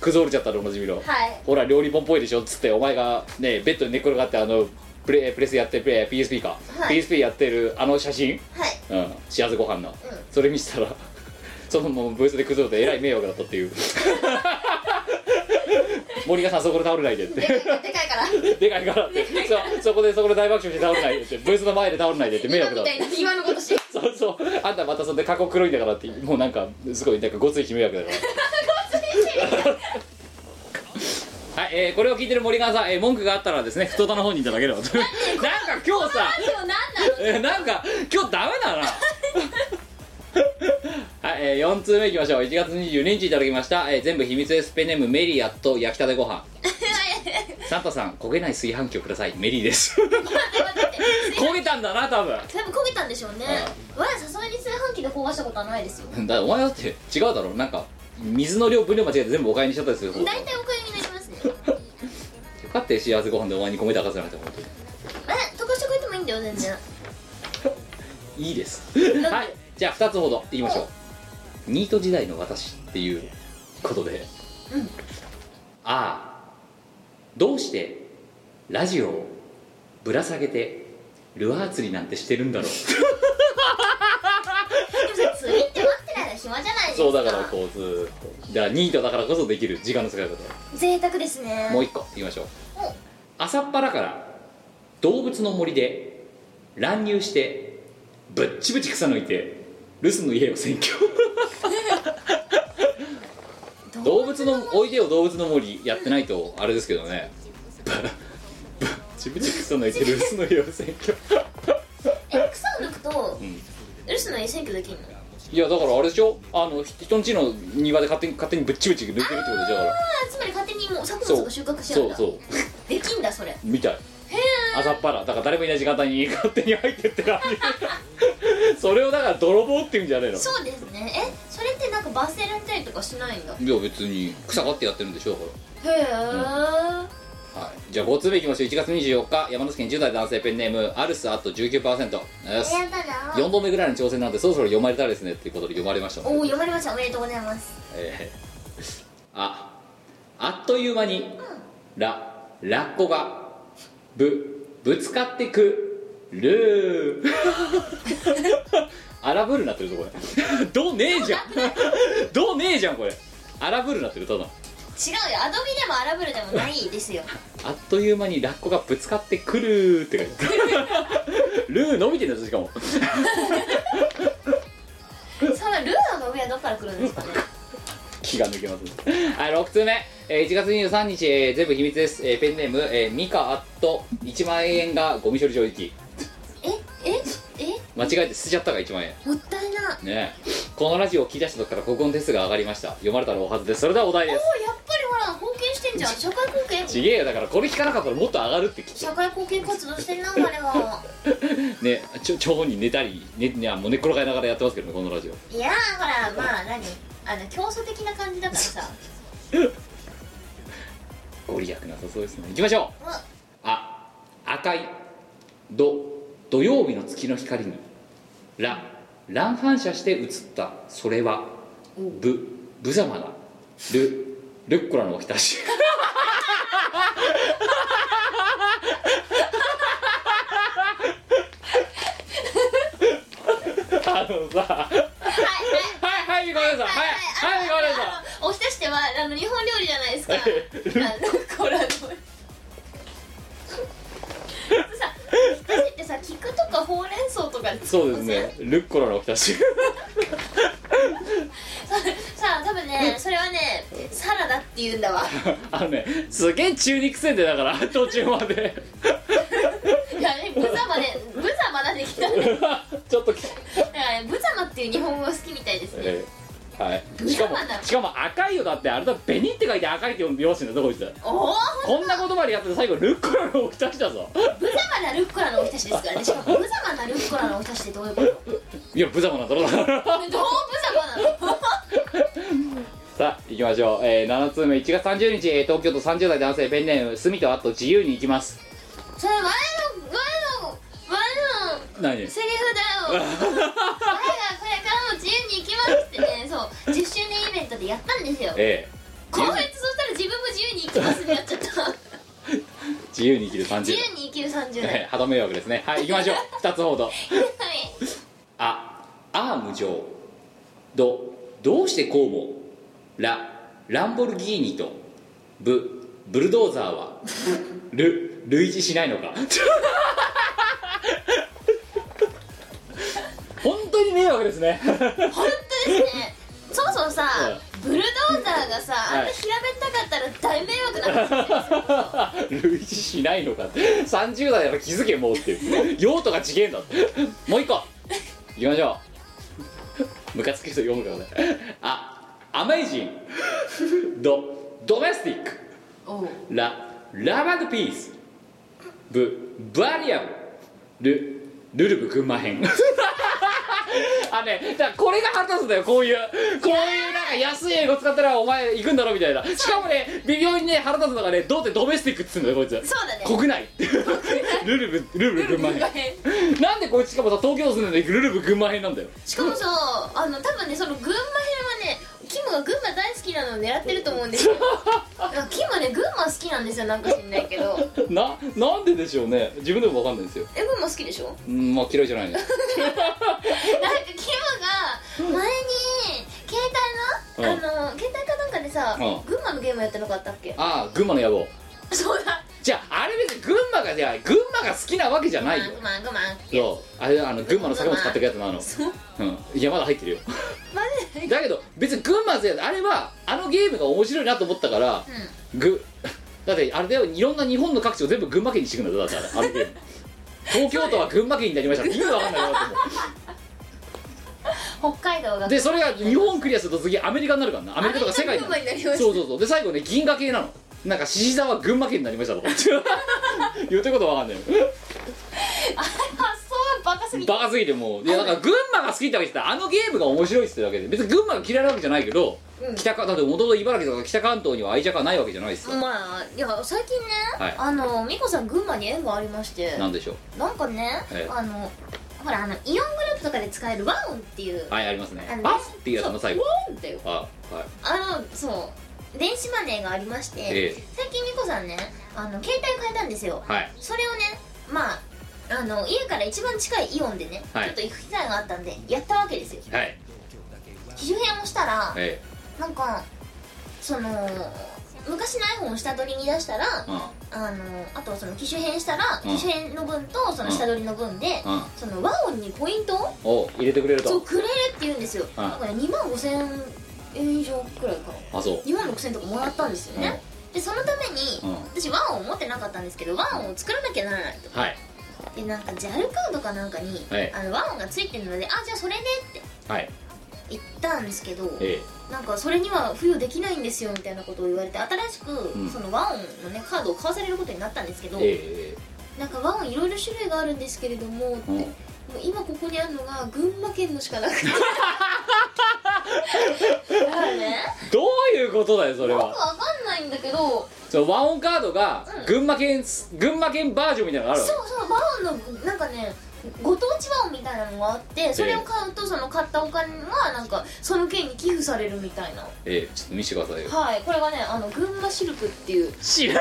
くず折れちゃったのおなじみのはいほら料理本っぽいでしょっつってお前がねベッドに寝転がってあのプレプレスやってプレ PSP か、はい PSP やってるあの写真、はいうん、幸せご飯の、それ見せたらそのもうブースでくずれてえらい迷惑だったって いう森川さんそこで倒れないでってでかいからでかいからでかいからってそそこでそこで大爆笑して倒れないでってブースの前で倒れないでって迷惑だみったいな今のことして そうそうあんたまたそんで過去黒いんだからってもうなんかすごいなんかごついし迷惑だから はい、えーこれを聞いてる森川さん、えー文句があったらですね太田の方にいただければとなんか今日さラジオえー何なのなんか今日ダメだな はい、え4通目いきましょう1月22日いただきました、えー全部秘密ですペンネームメリーやっと焼きたてご 飯サンタさん焦げない炊飯器をくださいメリーです待って待って 焦げたんだな多分多分焦げたんでしょうねわらさすがに炊飯器で焦がしたことはないですよだお前だって違うだろなんか水の量分量間違えて全部お買いにしちゃったりする方大よ体おかゆになりますねかったよ幸せご飯でお前に米炊かせなくて本当にえ溶かしてくれてもいいんだよ全然いいですはいじゃあ2つほどいきましょうニート時代の私っていうことで、ああどうしてラジオをぶら下げてルアー釣りなんてしてるんだろうでもそれ釣りって待ってる間暇じゃないですかそうだからこうずーっとだからニートだからこそできる時間の使い方贅沢ですねもう一個いきましょうお朝っぱらから動物の森で 乱入してぶっちぶち草抜いて留守の家を占拠動物のおいでよ動物の森やってないとあれですけどねぶぶチブチクソの言ってる嘘のよう選挙え草を抜くとん留守の家選挙できんのあいやだからあれでしょあのひ人んちの庭で勝手に勝手にぶっちぶち抜いてるってことでしょだからーつまり勝手にもう作物が収穫しちゃうそんうだそうできんだそれみたい朝っぱらだから誰もいない時間帯に勝手に入ってって感じ それをだから泥棒って言うんじゃねえのそうですねえそれってなんか罰せられたりとかしないんだへいや別に草がってやってるんでしょうからえはい、じゃあ5通目いきましょう1月24日山梨県10代男性ペンネームアルスあと19%ですやだな4度目ぐらいの挑戦なんでそろそろ読まれたいですねっていうことで読まれましたおおね、読まれましたおめでとうございますえーああっという間にララッコがぶぶつかってくる 荒ぶるなってるぞこれ どうねえじゃんどうねえじゃんこれ荒ぶるなってるただの違うよアドビでもアラブルでもないですよあっという間にラッコがぶつかってくるーって書いてあ るルー伸びてるんですしかもそんなルアーの上はどっから来るんですかね気が抜けますねはい6通目、えー1月23日、えー全部秘密です、えーペンネーム、えーミカアット1万円がゴミ処理場行きえええ間違えて捨てちゃったが1万円もったいなねえこのラジオを聞き出した時から国語の点数が上がりました読まれたらおはずですそれではお題ですおやっぱりほら貢献してんじゃん社会貢献ちげえよだからこれ聞かなかったらもっと上がるってき社会貢献活動してんな我はねちょ張本人寝たり、ね、いやもう寝っ転がりながらやってますけどねこのラジオいやーほらまあ何あの競争的な感じだからさ ご利益なさそうですね行きましょううわあ赤いど土曜日の月の光にら乱反射して映ったそれはぶ無様なるルッコラのおひたしあのさはいはいはいごめんなさいはいはいごめんなさいあのおひたしってはあの日本料理じゃないですかあのこれあのさおひたしってさ菊とかほうれん草とかそうですねルッコラのおひたしさあ多分ねそれはねサラダって言うんだわあのねすげえ中肉戦でだから途中まで いやね無様で無様だねきっとねちょっとき、だからね無様っていう日本語が好きみたいですねえーはい、しかも無様なのしかも赤いよだってあれだ紅って書いて赤いって読んでんだぞこいつおおこんな言葉でやってて最後ルッコラの起きたしだぞ無様なルッコラのおひたしですからねしかも無様なルッコラのおひたしってどういうこと いや無様なんだろ うなどう無様なのさあ行きましょう、えー、7通目1月30日えー東京都30代男性ペンネーム住とあと自由に行きますそれ前の前の前の何セリフだよ前がこれからも自由に行きますってねそう10周年イベントで やったんですよええこいつそしたら自分も自由に行きますになっちゃった自由に生きる30自代由に生きる30ええ歯代止め枠ですねはい行きましょう2つほどはいあアーム上どどうしてこうもラランボルギーニとブブルドーザーは ル類似しないのか 本当に迷惑ですね 本当ですねそもそもさブルドーザーがさあんはない平べったかったら大迷惑 なんですよ類似しないのか30代だから気づけもうっていう用途が違えんだってもう一個いきましょうムカつく人読むからねあアメイジングドドメスティックおうラ・ラバグピースブ・バリアムル・ルルブ群馬編 あねだからこれが腹立つんだよこういうこういうなんか安い英語使ったらお前行くんだろみたいなしかもね微妙にね腹立つのがねどうってドメスティックっつうんだよこいつそうだね国内 ルルブルルブ群馬編なんでこいつしかもさ東京都住んでるのにルルブ群馬編なんだよしかもさあの多分ねその群馬編はねキムが群馬大好きなのを狙ってると思うん ですよキムはね群馬好きなんですよなんか知んないけどななんででしょうね自分でも分かんないんですよえ群馬好きでしょうんまあ嫌いじゃないねなんかキムが前に携帯うんの、あの携帯かなんかでさ、うん群馬のゲームやってなかったっけああ群馬の野望そうだじゃああれ別に群馬がじゃあ群馬が好きなわけじゃないよ群馬群馬そうあれあの群馬の作物買ってくやつなのそううんいやまだ入ってるよマジだけど別に群馬ぜあれはあのゲームが面白いなと思ったから、ぐだってあれだよいろんな日本の各地を全部群馬県にしていくんだよだってあれあのゲーム 東京都は群馬県になりましたって意味わかんないなと思北海道がうでそれが日本クリアすると次アメリカになるからなアメリカとか世界アメリカ群馬になりましたそうそうそうで最後ね銀河系なのなんか獅子座は群馬県になりましたとか 言ってることわかんないよ発想がバカすぎてバカすぎてもういやだから群馬が好きってわけじゃないあのゲームが面白いっつってるわけで別に群馬が嫌いなわけじゃないけど、うん北かだって元々茨城とか北関東には愛着はないわけじゃないですよ、まあいや最近ね、はいあの美子さん群馬に縁がありましてなんでしょうなんかね、ええあのほらあのイオングループとかで使えるワオンっていうはいありますねあのあっていうやつの最後ワオンっていうあはいあのそう電子マネーがありまして、ええ最近美子さんねあの携帯変えたんですよ、はいそれをねまああの家から一番近いイオンでね、はいちょっと行く機会があったんでやったわけですよはい機種変をしたらえなんかその昔の iPhone を下取りに出したらえうんあのあとその機種変したらうん機種変の分とその下取りの分で、うんその和音にポイントをお入れてくれるそうとくれるって言うんですよ、うんなんかね2万5000円以上くらいかなあそう2万6000円とかもらったんですよね、でそのために、うん私和音を持ってなかったんですけど和音を作らなきゃならないとはいでなんか JAL カードかなんかに、はいあの和音がついてるのであじゃあそれでってはい言ったんですけど、えなんかそれには付与できないんですよみたいなことを言われて新しく、んその和音のねカードを買わされることになったんですけえど、えなんか和音いろいろ種類があるんですけれどもっえて、うんもう今ここにあるのが群馬県のしかなく てだからねどういうことだよそれよくはわかんないんだけどそのワンオンカードが群馬県群馬県バージョンみたいなのがあそるうわそう和音のなんかねご当地和音みたいなのがあってそれを買うとその買ったお金はなんかその県に寄付されるみたいなけええちょっと見せてくださいよはいこれがねあの群馬シルクっていう知らね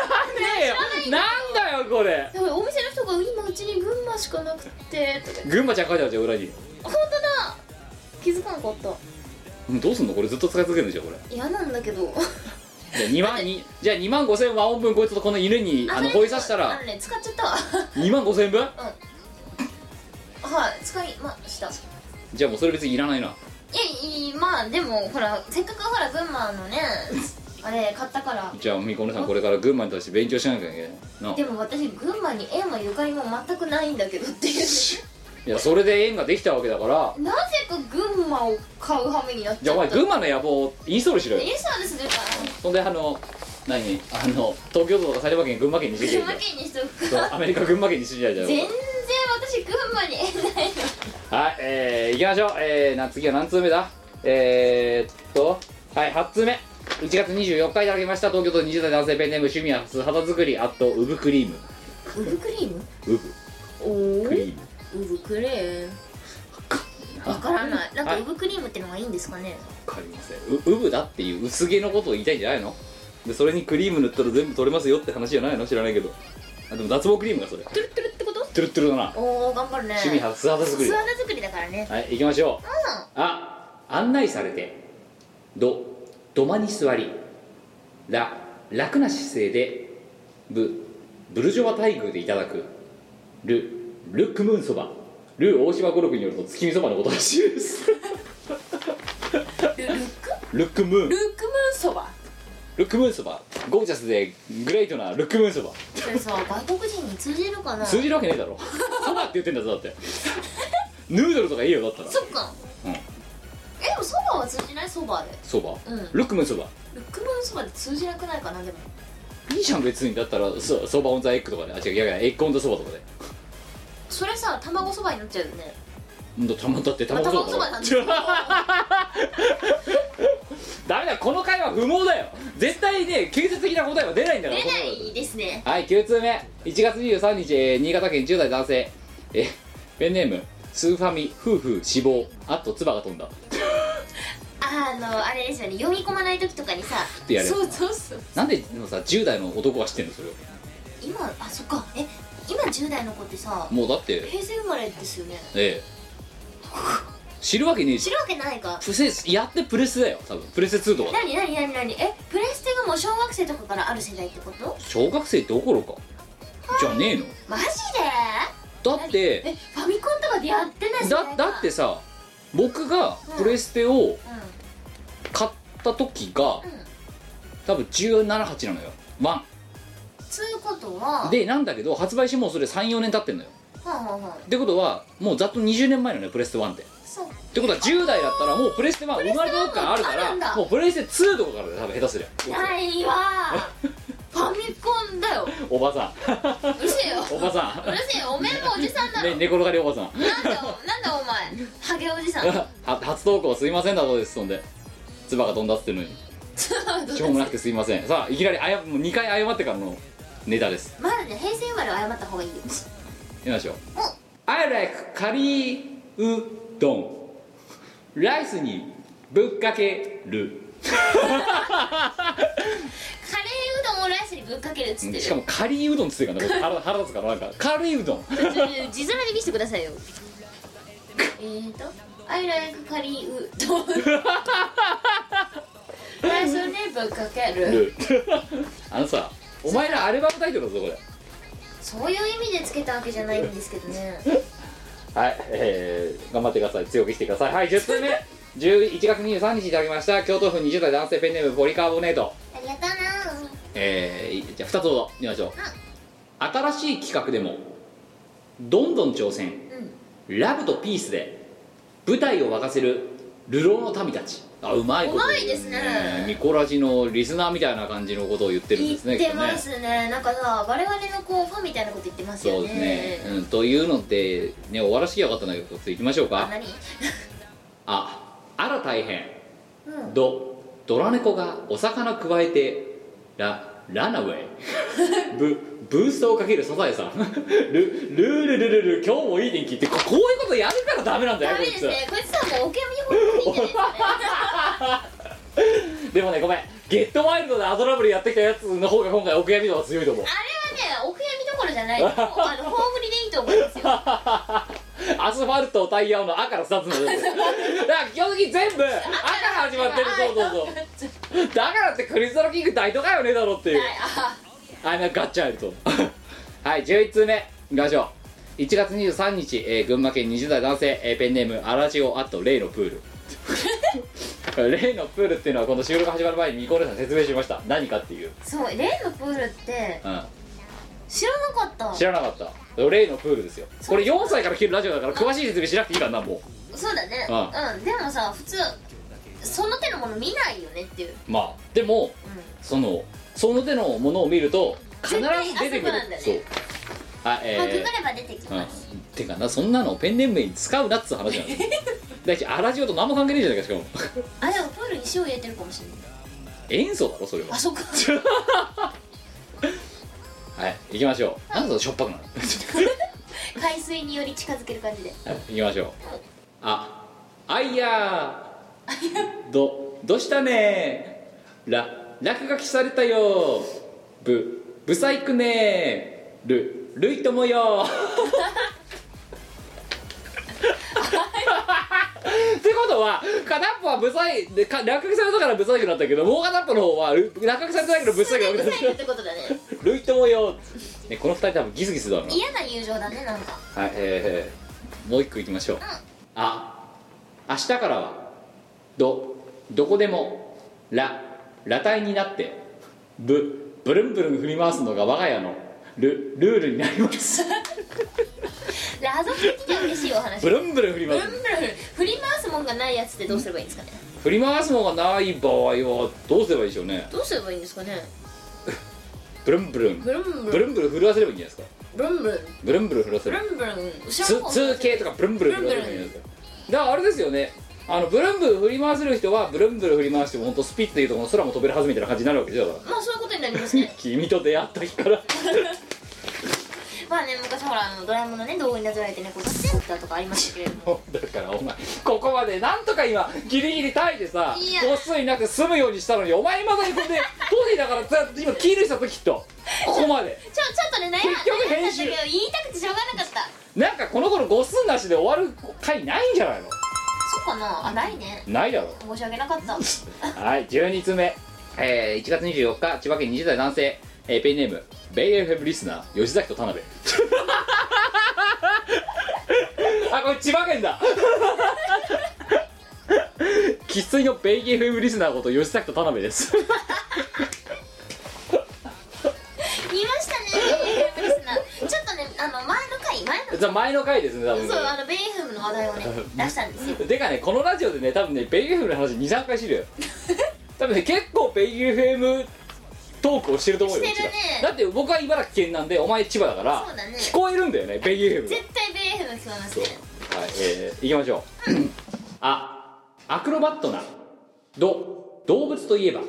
えよなんだよこれだからお店の人が今うちに群馬しかなくてとか群馬ちゃん書いてあるじゃん裏に本当だ気づかなかったうんどうすんのこれずっと使い続けるんでしょこれ嫌なんだけどじゃあ2万にじゃあ2万5千ワンオン分こいつとこの犬にあのそれ吠えさせたあらのね使っちゃった わ2万5千分はい使いましたいじゃあもうそれ別にいらないなやいいまあでもほらせっかくほら群馬のねあれ買ったからじゃあみこねさんこれから群馬に対して勉強しなきゃいけないなでも私群馬に縁もゆかりも全くないんだけど っていういやそれで縁ができたわけだからなぜか群馬を買う羽目になっじちゃゃあおっ前た群馬の野望をインストールしろよイエスはですねそんであの何あの東京都とか埼玉県群馬県にしてき 群ゃ馬いい県にしとくじゃんかそうアメリカ群馬県にしてきゃいいじゃん全然私群馬に 縁ないのはいえー、いきましょうえー、な次は何通目だえー、っとはい8通目1月24日いただきました東京都20代男性ペンネーム趣味は肌作りあとウブクリームウブクリームウブおおクリームウブクレーンわからないなんかウブクリームってのがいいんですかねわかりませんうウブだっていう薄毛のことを言いたいんじゃないのでそれにクリーム塗ったら全部取れますよって話じゃないの知らないけどあでも脱毛クリームがそれトトゥルトゥルってことゥルットゥルだなおお頑張るね趣味は素肌作り素だ肌作りだからねはい行きましょう、あ案内されてど土間に座りら楽な姿勢でぶブルジョワ待遇でいただくルルックムーンそばル大島五六によると月見そばのことらしいですルルック ルックムーンルックムーンそばルックムーンそばゴージャスでグレートなルックムーンそばそれさ外国人に通じるかな通じるわけねえだろそばって言ってんだぞだってヌードルとかいいよだったらそっかうんえでもそばは通じないそばでそば、うんルックムーンそばルックムーンそばで通じなくないかなでもいいじゃん別にだったらそそばオンザエッグとかであ違ういやいやエッグオンザそばとかでそれさ卵そばになっちゃうよねうんだたまだって卵まあ卵そそばだかばならんですけど ダメだこの回は不毛だよ絶対ね建設的な答えは出ないんだから出なこのいですねはい9通目1月23日、えー新潟県10代男性えーペンネームスーファミ夫婦死亡あっと唾が飛んだあのあれですよね読み込まない時とかにさてやるそうそうそうなんででもさ10代の男が知ってんのそれを今あそっかえ今10代の子ってさもうだって平成生まれですよねええ知るわけねえ知しるわけないかプレスやってプレスだよ多分プレス2とかなになになになにえプレステがもう小学生とかからある世代ってこと小学生どころかじゃねえのマジでだってえファミコンとかでやってない世だ代かだってさ僕がプレステをうった時が多分178なのよワつうことはンでなんだけど発売してもうそれ34年経ってんのよはあ、はあはあってことはもうざっと20年前のねプレステ1ってっそうてことは10代だったらもうプレステ1生まれた時からあるかあるんらだもうプレステ2とかからだよ多分下手すりゃないわ ファミコンだよおばさうるせえよんおばさ うるせえよおめえもおじさんだんろ、ね寝転がりおばさんなんだよなんだお前ハゲおじさんは 初投稿すいませんだそうですそんで唾が飛んだっつっての にしょうもなくてすいませんさあいきなりあやもう2回謝ってからのネタですまだね平成生まれは謝った方がいいよいきましょう I like カリーうどんライスにぶっかけるカレーうどんをライスにぶっかけるっつってるしかもカリーうどんっつってるから ね僕腹腹立つからなんかカリーうどん字面で見せてくださいよえーと「I like カリウドン」ライスにぶっかけるルあのさお前らアルバムタイトルだぞこれそういう意味でつけたわけじゃないんですけどねはい、えー頑張ってください強く生きてくださいはい10通目11月23日いただきました京都府20代男性ペンネームポリカーボネートありがとうなえー、じゃあ2つほど見ましょう新しい企画でもどんどん挑戦、ラブとピースで舞台を沸かせる流浪の民たちあうまいことうまいですねミコラジのリスナーみたいな感じのことを言ってるん言でっすねてまきっすねなんかさ我々のこうファンみたいなこと言ってますとねそようねですね、うん、というのでね終わらしきゃよかったんだけどこっち行きましょうあか何ああら大変うんドドラ猫がお魚くわえてラランナウ ェイブブーストをかけるサザエさんルルルルルル今日もいい天気ってここういうことやるからダメなんだよダこメいですねこいつさもうおけみにほんとにいいんじゃないですかねつでもねごめんゲットワイルドでアドラブルやってきたやつの方が今回奥闇度は強いと思うあれはねお悔やみどころじ ゃないですもうあの大振りでいいと思います よアスファルトタイヤの「あ」から2つの出てるだから基本的に全部「あ」から始まってるそうそうそうだからってクリスタルキング大都会よねえだろっていうああのガッチャやると はい11通目いきましょう1月23日、えー群馬県20代男性、えーペンネームアラジオアットレイのプールこれレイのプールっていうのはこの収録始まる前にニコレさん説明しました何かっていう、そう例のプールってうん、知らなかった知らなかったレイのプールですよこれ4歳から聞けるラジオだから詳しい説明しなくていいからなもそうだねううんでもさ普通その手のもの見ないよねっていう、うまあでもうそのその手のものを見ると必ず出てく絶対るあそこなんだねそうあえん、まあグーグれば出てきうんます、てかなそんなのペンネームに使うなっつう話なんだよ 第一アラジオと何も関係ねえじゃないかしかもあでもプールに塩入れてるかもしれない塩素だろそれはあ そっかはい行きましょうなんでそれしょっぱくなる海水により近づける感じではい行きましょうああいやーどどしたねーら落書きされたよーぶブサイクねーるるいともよーってことは片っぽはブサイでか落書きされたからブサイクなんだけどもう片っぽの方はる落書きされてないけどブサイクうなるんださいってことだねるいともよー、ね、この二人多分ギスギスだろうな嫌な友情だねなんかはい、えー、もう一個いきましょう、あ明日からはどどこでもら裸体になってぶブルンブルン振り回すのが我が家のルルールになります ラ族的には嬉しいお話ブブルルンブルン振り回ンブルす振り回すもんがないやつってどうすればいいんですかね振り回すものがない場合はどうすればいいでしょうねどうすればいいんですかねブルンブルンブルンブブルルンンブルン振るわせればいいんじゃないですかブルンブルンブルンブルン振るわせブるルンブルン後ろの方通形とかブルンブルン振るわせればいいんじゃないですかだからあれですよねあのブルンブルン振り回せる人はブルンブルン振り回しても本当スピッていうとこの空も飛べるはずみたいな感じになるわけじゃ んまあそういうことになりますね 君と出会った日からまあね昔ほらあのドラえもんのね道具になぞらえて猫が作ったとかありましたけれどもだからお前ここまでなんとか今ギリギリ耐えてさいや個数になく済むようにしたのにお前まだにこれでトディだからさ今キールした時きっとここまでちょちょっとね悩んだ結局 編集悩んだんだけど言いたくてしょうがなかったなんかこの頃語数なしで終わる回ないんじゃないのそうかなあないねないだろ申し訳なか ったはい12通目、えー、1月24日千葉県20代男性、えーペンネームベイ FM リスナー吉崎と田 辺あこれ千葉県だ昨生粋のベイキ FM リスナーこと吉崎と田辺です 言いましたねベイエフムリスナーちょっとねあの前の回前のじゃあ前の回ですね多分そうあのベイエフムの話題をね出したんですよてかねこのラジオでね多分ねベイエフ m の話23回して るよ多分ね結構ベイエフ m トークをしてると思うよしてるねうちらだって僕は茨城県なんでお前千葉だからそうだね聞こえるんだよねベイエフ m 絶対ベイエフム聞こえますねはいえー、いきましょうあアクロバットなど動物といえば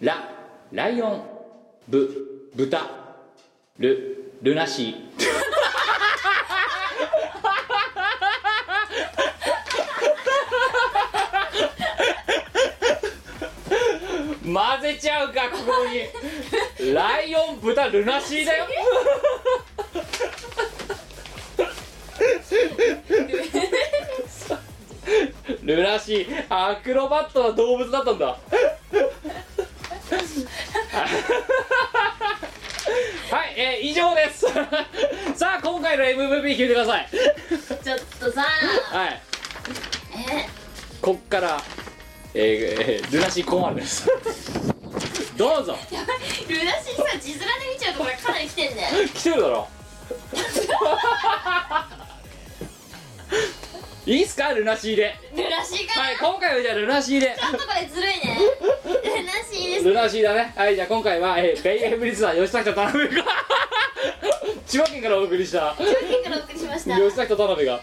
ラライオンブ豚ルルナシー混ぜちゃうかここにライオン豚ルナシーだよルナシーアクロバットな動物だったん だはい、えー以上です さあ今回の MVP 聞いてくださいちょっとさはいえこっから、えーえールナシーコマルです どうぞルナシーさ字面で見ちゃうとこれかなり来てんだよ来てるだろ いいっすかルナシーでルナシーがはい今回はじゃあルナシーでちょっとこれずるいねルナシーですルナシーだねはいじゃあ今回は、えー、ベイエフリスナー吉崎と田辺 が千葉県からお送りした天からお送りしました吉崎と田辺が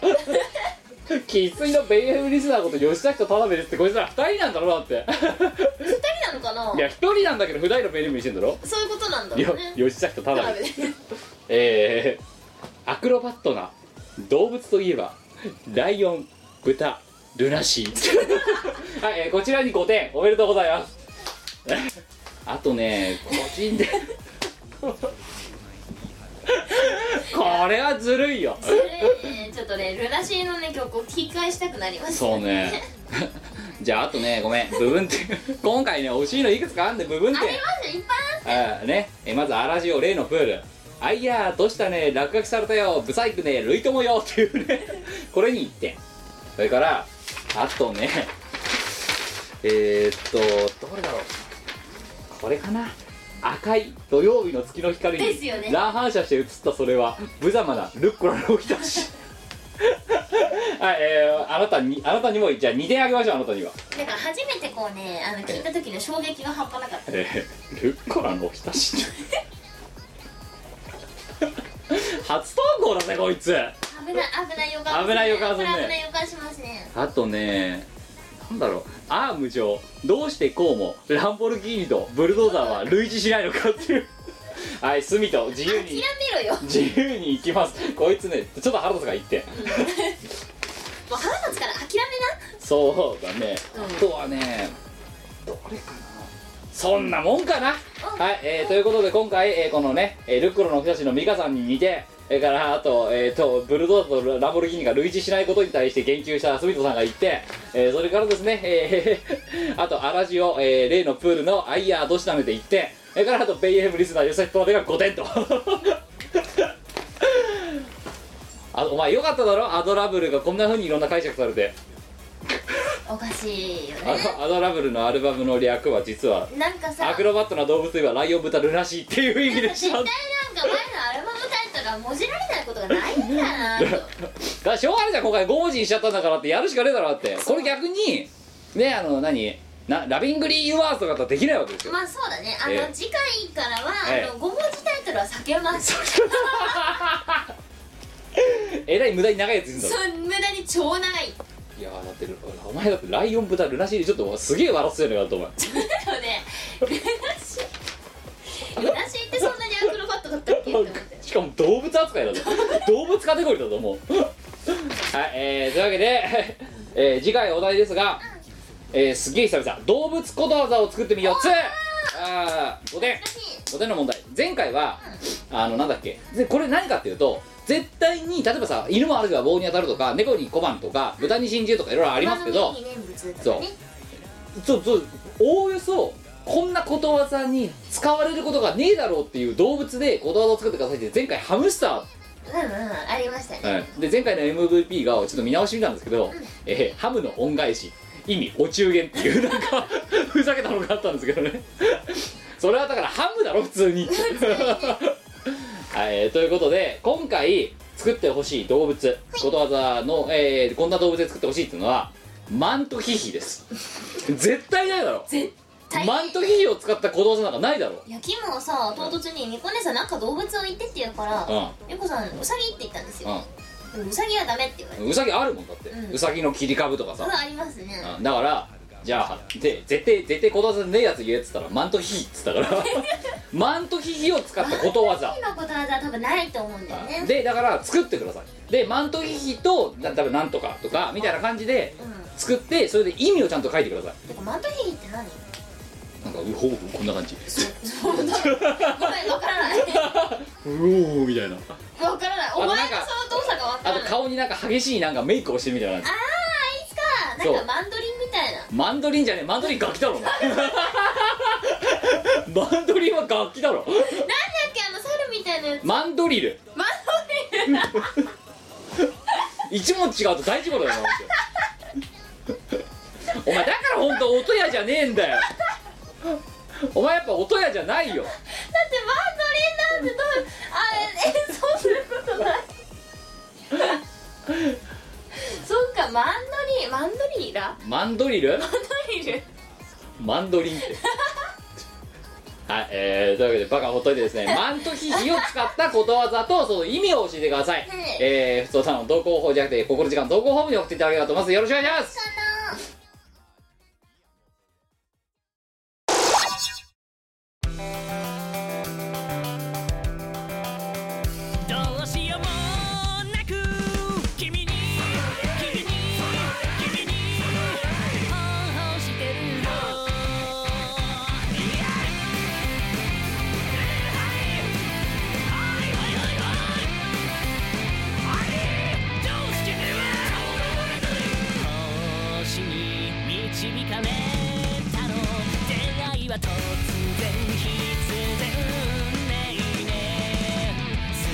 生粋のベイエフリスナーこと吉崎と田辺ですってこいつら2人なんだろだって 二人なのかないや1人なんだけど2人のベイエフにしてんだろそういうことなんだろようね吉崎と田田辺辺でえー、アクロバットな動物といえばライオン豚ルナシー はい、えーこちらに5点おめでとうございます あとね個人で これはずるいよそれねちょっとねルナシーのね曲を聞き返したくなりましたそうね じゃああとねごめん部分点今回ね惜しいのいくつかあんで部分あり点ますいっぱいあねえまずアラジオ例のプールあいやーどうしたね落書きされたよブサイクね類ともよっていうねこれに1点それからあとねえー、っとどれだろうこれかな赤い土曜日の月の光ですよねに乱反射して映ったそれは無様なルッコラの起きたし はい、えー、あなたにあなたにもじゃあ2点あげましょうあなたには、あるだから初めてこうねあの聞いた時の衝撃が半端なかったえー、ルッコラのおひたし 初投稿だぜこいつ危ない危ない予感危ない予感するこれね危ない予感しますねあとねなんだろうアーム上どうしてこうもランボルギーニとブルドーザーは類似しないのかっていう はい隅と自由諦にめろよ自由に行きますこいつねちょっと腹立つから言ってもう腹立つから諦そうだね、うんあとはねどれかなそんなもんかな、はい、えーということで今回、えーこのね、えールックロの人たちの美香さんに似てそれからあと,、えーとブルドーザーとランボルギーニが類似しないことに対して言及したスミトさんが言って、えーそれからですね、えー あとアラジオ、えー例のプールのアイヤーどしためで言ってそれからあとベイエムリスナー吉崎とまでが5点と あお前よかっただろアドラブルがこんな風にいろんな解釈されてめなおかしいよねあのアドラブルのアルバムの略は実はなんかさアクロバットな動物といえばライオン豚ルナシーっていう意味でし絶対た なんか前のアルバムタイトルはもじられないことがないんだなとだしょうがないじゃん今回5文字にしちゃったんだからってやるしかねえだろだってこれ逆にねあの何なラビングリー・ユワーズとかだったらできないわけです よまあそうだねあえのえ次回からはええあの5文字タイトルは避けますえらい無駄に長いやついるんだろそう無駄に超長いいやーだってるお前だってライオン豚ルナシーでちょっとすげえ笑ってたよねだってお前でもねルナシールナシーってそんなにアクロバットだったっけって思ってしかも動物扱いだぞ動物カテゴリーだぞもうはいえー、というわけで、 えー次回お題ですが、えーすっげえ久々動物ことわざを作ってみよう2あー5点5点の問題前回はあのなんだっけでこれ何かっていうと絶対に例えばさ犬も歩けば棒に当たるとか猫に小判とか豚に真珠とかいろいろありますけど馬の上に念仏とそかうねそうそうおおよそこんなことわざに使われることがねえだろうっていう動物でことわざを作ってくださいって前回ハムスターうんうんありましたねで前回の MVP がちょっと見直し見たんですけど、えーハムの恩返し意味お中元っていうなんか ふざけたのがあったんですけどね それはだからハムだろ普通 にはい、ということで今回作ってほしい動物、ことわざの、えーこんな動物で作ってほしいっていうのはマントヒヒです 絶対ないだろ絶対マントヒヒを使ったことわざなんかないだろいやキムはさ唐突に「ニコ姉さんなんか動物を言って」って言うからう「ゆこさんウサギ」って言ったんですよう「でもウサギはダメ」って言われてんうさぎあるもんだって、ううんさぎの切り株とかさ、それはありますねうんだからじゃあで絶対絶対ことわざねえやつ言えっつったらマントヒヒっつったからマントヒヒを使ったことわざ今のことわざは多分ないと思うんだよねでだから作ってくださいでマントヒヒとな多分なんとかとかみたいな感じでうん作ってそれで意味をちゃんと書いてくださいてかマントヒヒって 何なんかうほうこんな感じそうだごめんわからな いうおーみたいなわからないお前のその動作がわかあらとない顔になんか激しいなんかメイクをしてるみたいな感じあなんかマンドリンみたいなマンドリンじゃねえマンドリン楽器だろお前マンドリンは楽器だろなんだっけあの猿みたいなやつマンドリルマンド リン一問違うと大事故だよな本当にお前だから本当音屋じゃねえんだよお前やっぱ音屋じゃないよだってマンドリンなんてどうあえ演奏することないそっかマンドリンマンドリーラマンドリルマンドリルマンドリンってはい、えー、というわけでバカほっといてですねマントヒヒを使ったことわざとその意味を教えてください、いえー、ふつおたの投稿法じゃなくて心時間投稿ホームに送っていただければと思いますよろしくお願いしますどうしようもなく君に君に君に応募してるよ星に導かれたの出会いは突然必然ねいねす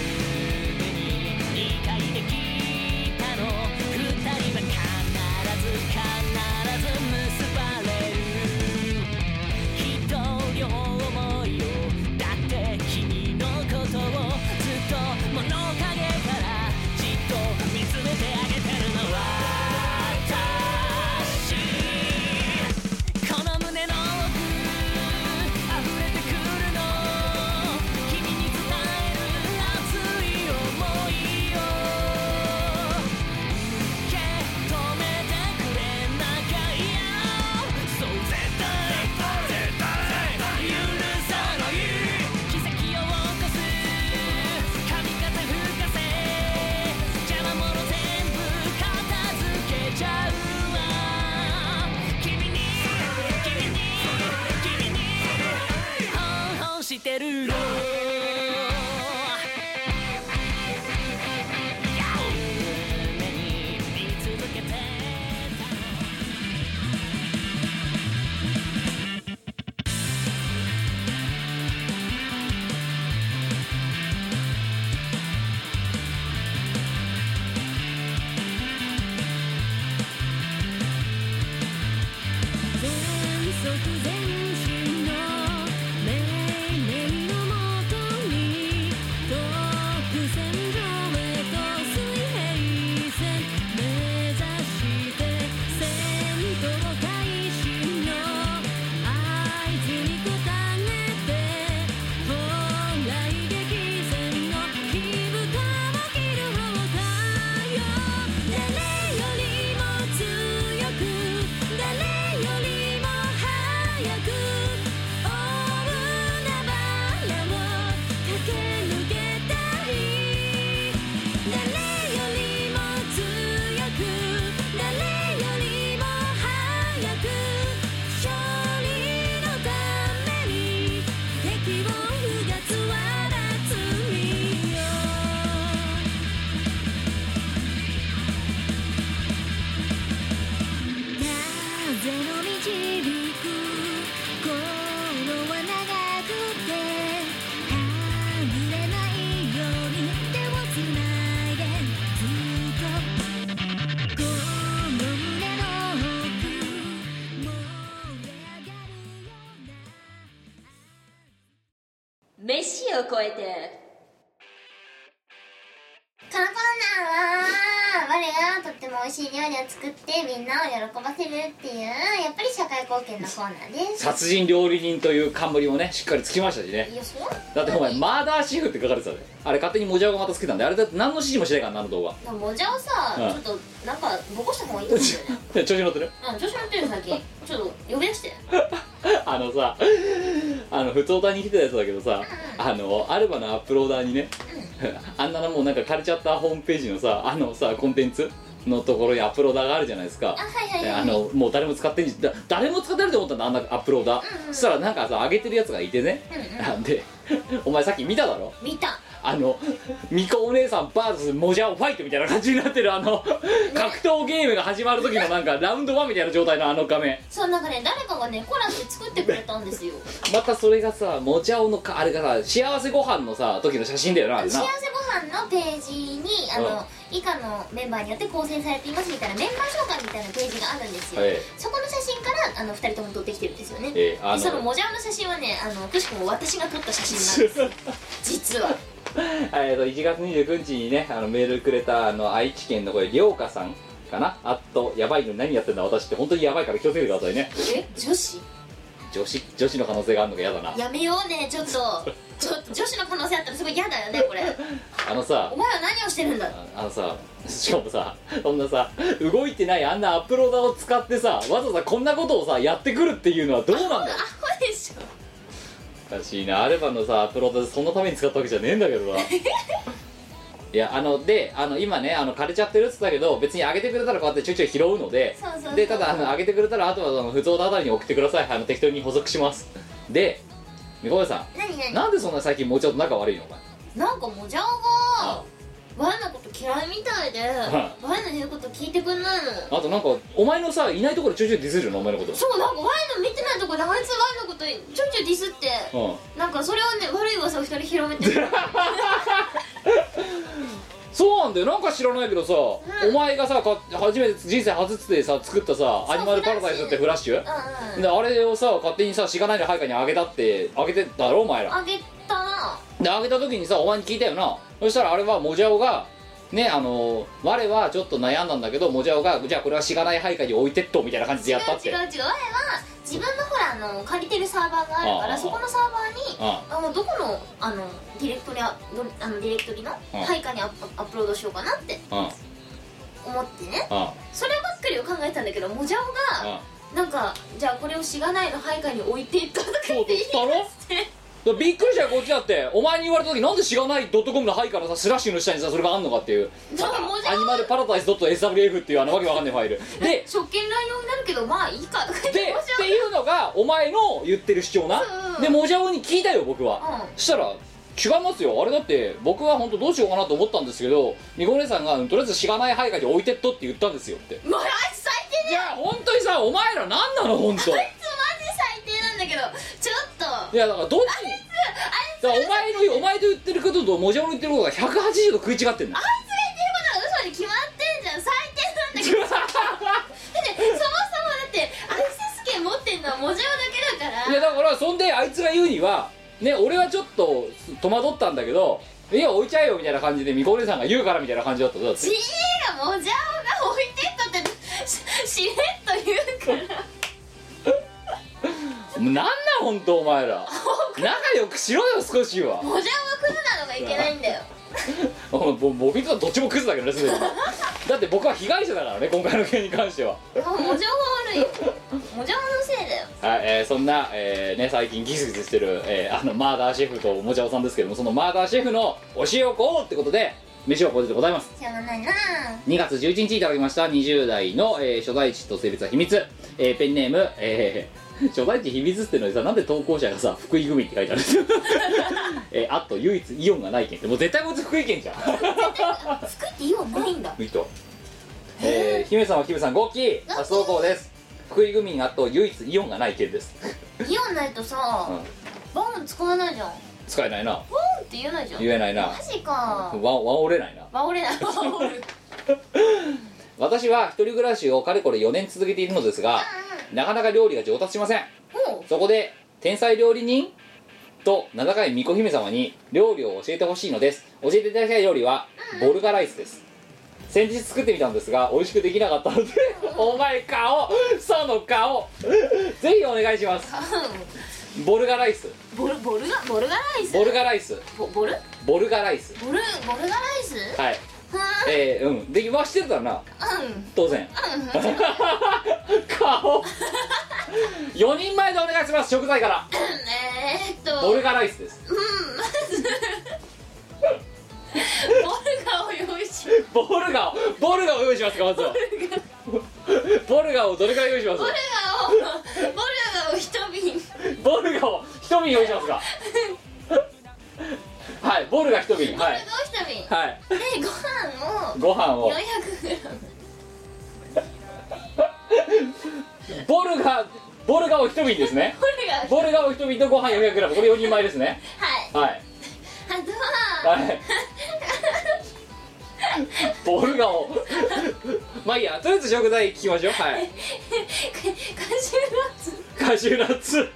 ぐに理解できたの二人は必ず必ず結ばれる一人両思いをだって君のことをずっと物陰からじっと見つめてあげてるのは私この胸の奥飯を超えてこのコーナーは我がとっても美味しい料理を作ってみんなを喜ばせるっていうやっぱり社会貢献のコーナーです殺人料理人という冠もねしっかりつきましたしねいやそうだだってお前マーダーシェフって書かれてたであれ勝手にモジャオがまたつけたんであれだって何の指示もしないからなあの動画もうじゃあさ、うんちょっとなんかぼこした方がいいと思うんだ よ ね調子乗ってるうん調子乗ってるよ最近ちょっと呼び出してあのさあの普通歌に来てたやつだけどさあのアルバのアップローダーにね あんなのもうなんか枯れちゃったホームページのさあのさコンテンツのところにアップローダーがあるじゃないですかあはいはいではいあのもう誰も使ってんじだ誰も使ってると思ったんだあんなアップローダー、そしたらなんかさ上げてるやつがいてね、なんでお前さっき見ただろ見たあのミコお姉さん VS モジャオファイトみたいな感じになってるあの格闘ゲームが始まる時のなんかラウンド1みたいな状態のあの画面そうなんかね誰かがねコラって作ってくれたんですよまたそれがさモジャオのかあれがさ幸せご飯のさ時の写真だよなあれな幸せご飯のページにあの、うん以下のメンバーによって構成されていますみたいなメンバー紹介みたいなページがあるんですよ、ええそこの写真からあの2人とも撮ってきてるんですよね、ええあのそのモジャオの写真はねあのくしくも私が撮った写真なんです 実はえーと1月29日にねあのメールくれたあの愛知県のこれりょうかさんかなあとやばいのに何やってんだ私って本当にやばいから気をつけてくださいねえ女子女子女子の可能性があるのが嫌だなやめようねちょっとちょっと女子の可能性あったらすごい嫌だよねこれあのさお前は何をしてるんだああのさしかもさそんなさ動いてないあんなアップローダーを使ってさわざわざこんなことをさやってくるっていうのはどうなんだよアホでしょおかしいなアルバのさアップロードでそんなために使ったわけじゃねえんだけ どないやあのであの今ねあの枯れちゃってるっつったけど別に上げてくれたらこうやってちょいちょい拾うのでそうそうそうでただあの上げてくれたらあとはその不動のあたりに送ってくださいあの適当に補足しますでみこさ何ん何なんでそんな最近もうちょっと仲悪いのお前なんかもじゃおがワイのこと嫌いみたいでワイの言うこと聞いてくんないのあとなんかお前のさいないところでちょいちょいディスるのお前のことそうなんかワイの見てないとこであいつワイのことちょいちょいディスってうんなんかそれをね悪い噂を一人広めてるそうなんだよなんか知らないけどさ、お前がさか初めて人生初つってさ作ったさアニマルパラダイスってフラッシュうんうんであれをさ勝手にさしがないで配下にあげたってあげてたろお前らあげたなであげた時にさお前に聞いたよなそしたらあれはモジャオがねあの我はちょっと悩んだんだけどモジャオがじゃあこれはしがない配下に置いてっとみたいな感じでやったって違う違う我は自分のほらあの借りてるサーバーがあるかああらそこのサーバーにああのどこのあのディレクトリあどあのディレクトリのん配下にアップアップロードしようかなってあうん思ってねうんそればっかりを考えたんだけどもじゃおうがんなんかじゃあこれをしがないの配下に置いていったとかそうだったろだからびっくりしたよこっちだってお前に言われた時なんでしがない .com のハイからさスラッシュの下にさそれがあんのかっていうだからもじアゃニマルパラダイス .swf っていうあのわけわかんないファイルで職権乱用になるけどまあいいかとか言っでて面って白いいうのがお前の言ってる主張な、うんうんでモジャオに聞いたよ僕は、うんそしたら違いますよあれだって僕は本当どうしようかなと思ったんですけどみこねさんがうんとりあえずしがない配下に置いてっとって言ったんですよってもうあいつ最低いや本当にさお前ら何なの本当マジ最低なんだけどちょっといやだからどっちにだからお前のお前と言ってることとモジャオの言ってることが180度食い違ってんだあいつが言ってることは嘘に決まってんじゃん最低なんだけどだってそもそもだってアクセス権持ってんのはもじゃおだけだかいらやだからそんであいつが言うにはね俺はちょっと戸惑ったんだけどいや置いちゃえよみたいな感じでみこねさんが言うからみたいな感じだっただってじいがもじゃおが置いてったってししれっと言うからなんなん本当お前ら仲良くしろよ少しはもじゃおがクズなのがいけないんだよお前ぼ僕にとってはどっちもクズだけどねすでにだって僕は被害者だからね今回の件に関してはもうもじゃおが悪いよもじゃおのせいだよはい、えーそんな、えーね、最近ギスギスしてる、えーあのマーダーシェフともちゃおさんですけどもそのマーダーシェフの教えをこうってことで飯をこうでございますしょうがないな2月11日いただきました20代の、えー、所在地と性別は秘密、えーペンネーム、えー 所在地秘密ってのにさなんで投稿者がさ福井組って書いてあるんですよ、 えーあと唯一イオンがない県ってもう絶対こいつ福井県じゃん作って言わないんだいいとえー、姫さんは姫さんゴッキー初投稿です福井組あと唯一イオンがない県です、イオンないとうさん、バウン使わないじゃんバ使えないなウンって言えないじゃん言えないなマジかわわ折れないな守 れない守る私は一人暮らしをかれこれ4年続けているのですがなかなか料理が上達しませんもうそこで天才料理人と7回巫女姫様に料理を教えてほしいのです教えていただきたい料理はボルガライスです先日作ってみたんですが美味しくできなかったのでお前顔その顔ぜひお願いしますボルガライスボルボルガボルガライスボルガライスボボルボルガライスボルボルガライスはいえー、うんできましてたなうん当然 顔4人前でお願いします食材からえー、っとボルガライスですボルガを用意しボルガをボルガを用意しますかまずはボルガをどれくらい用意しまボルすガをボルガを一瓶ボルガを一瓶用意しますかはいボルガ一瓶ボはルガをい一瓶はいでご飯をご飯を 400g ボルガボルガを一瓶ですねボルボルガガを一瓶とご飯 400g これ4人前ですねはいはいあとは はいボルガをまあいいやとりあえず食材聞きましょうはいカシューカシューナナッツッツは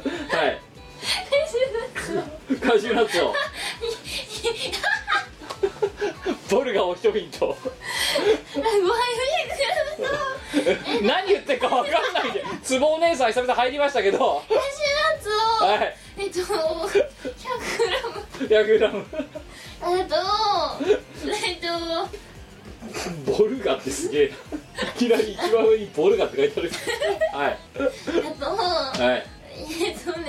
カシューナッツいカシューナッツ をボルガを一瓶とご飯 400g と何言ってるか分かんないでつぼお姉さん久々入りましたけどカシューナはッツを、いえっと 100g 100g えっとえっとボルガってすげえないきなり一番上にボルガって書いてあるはいえっとはいえっとね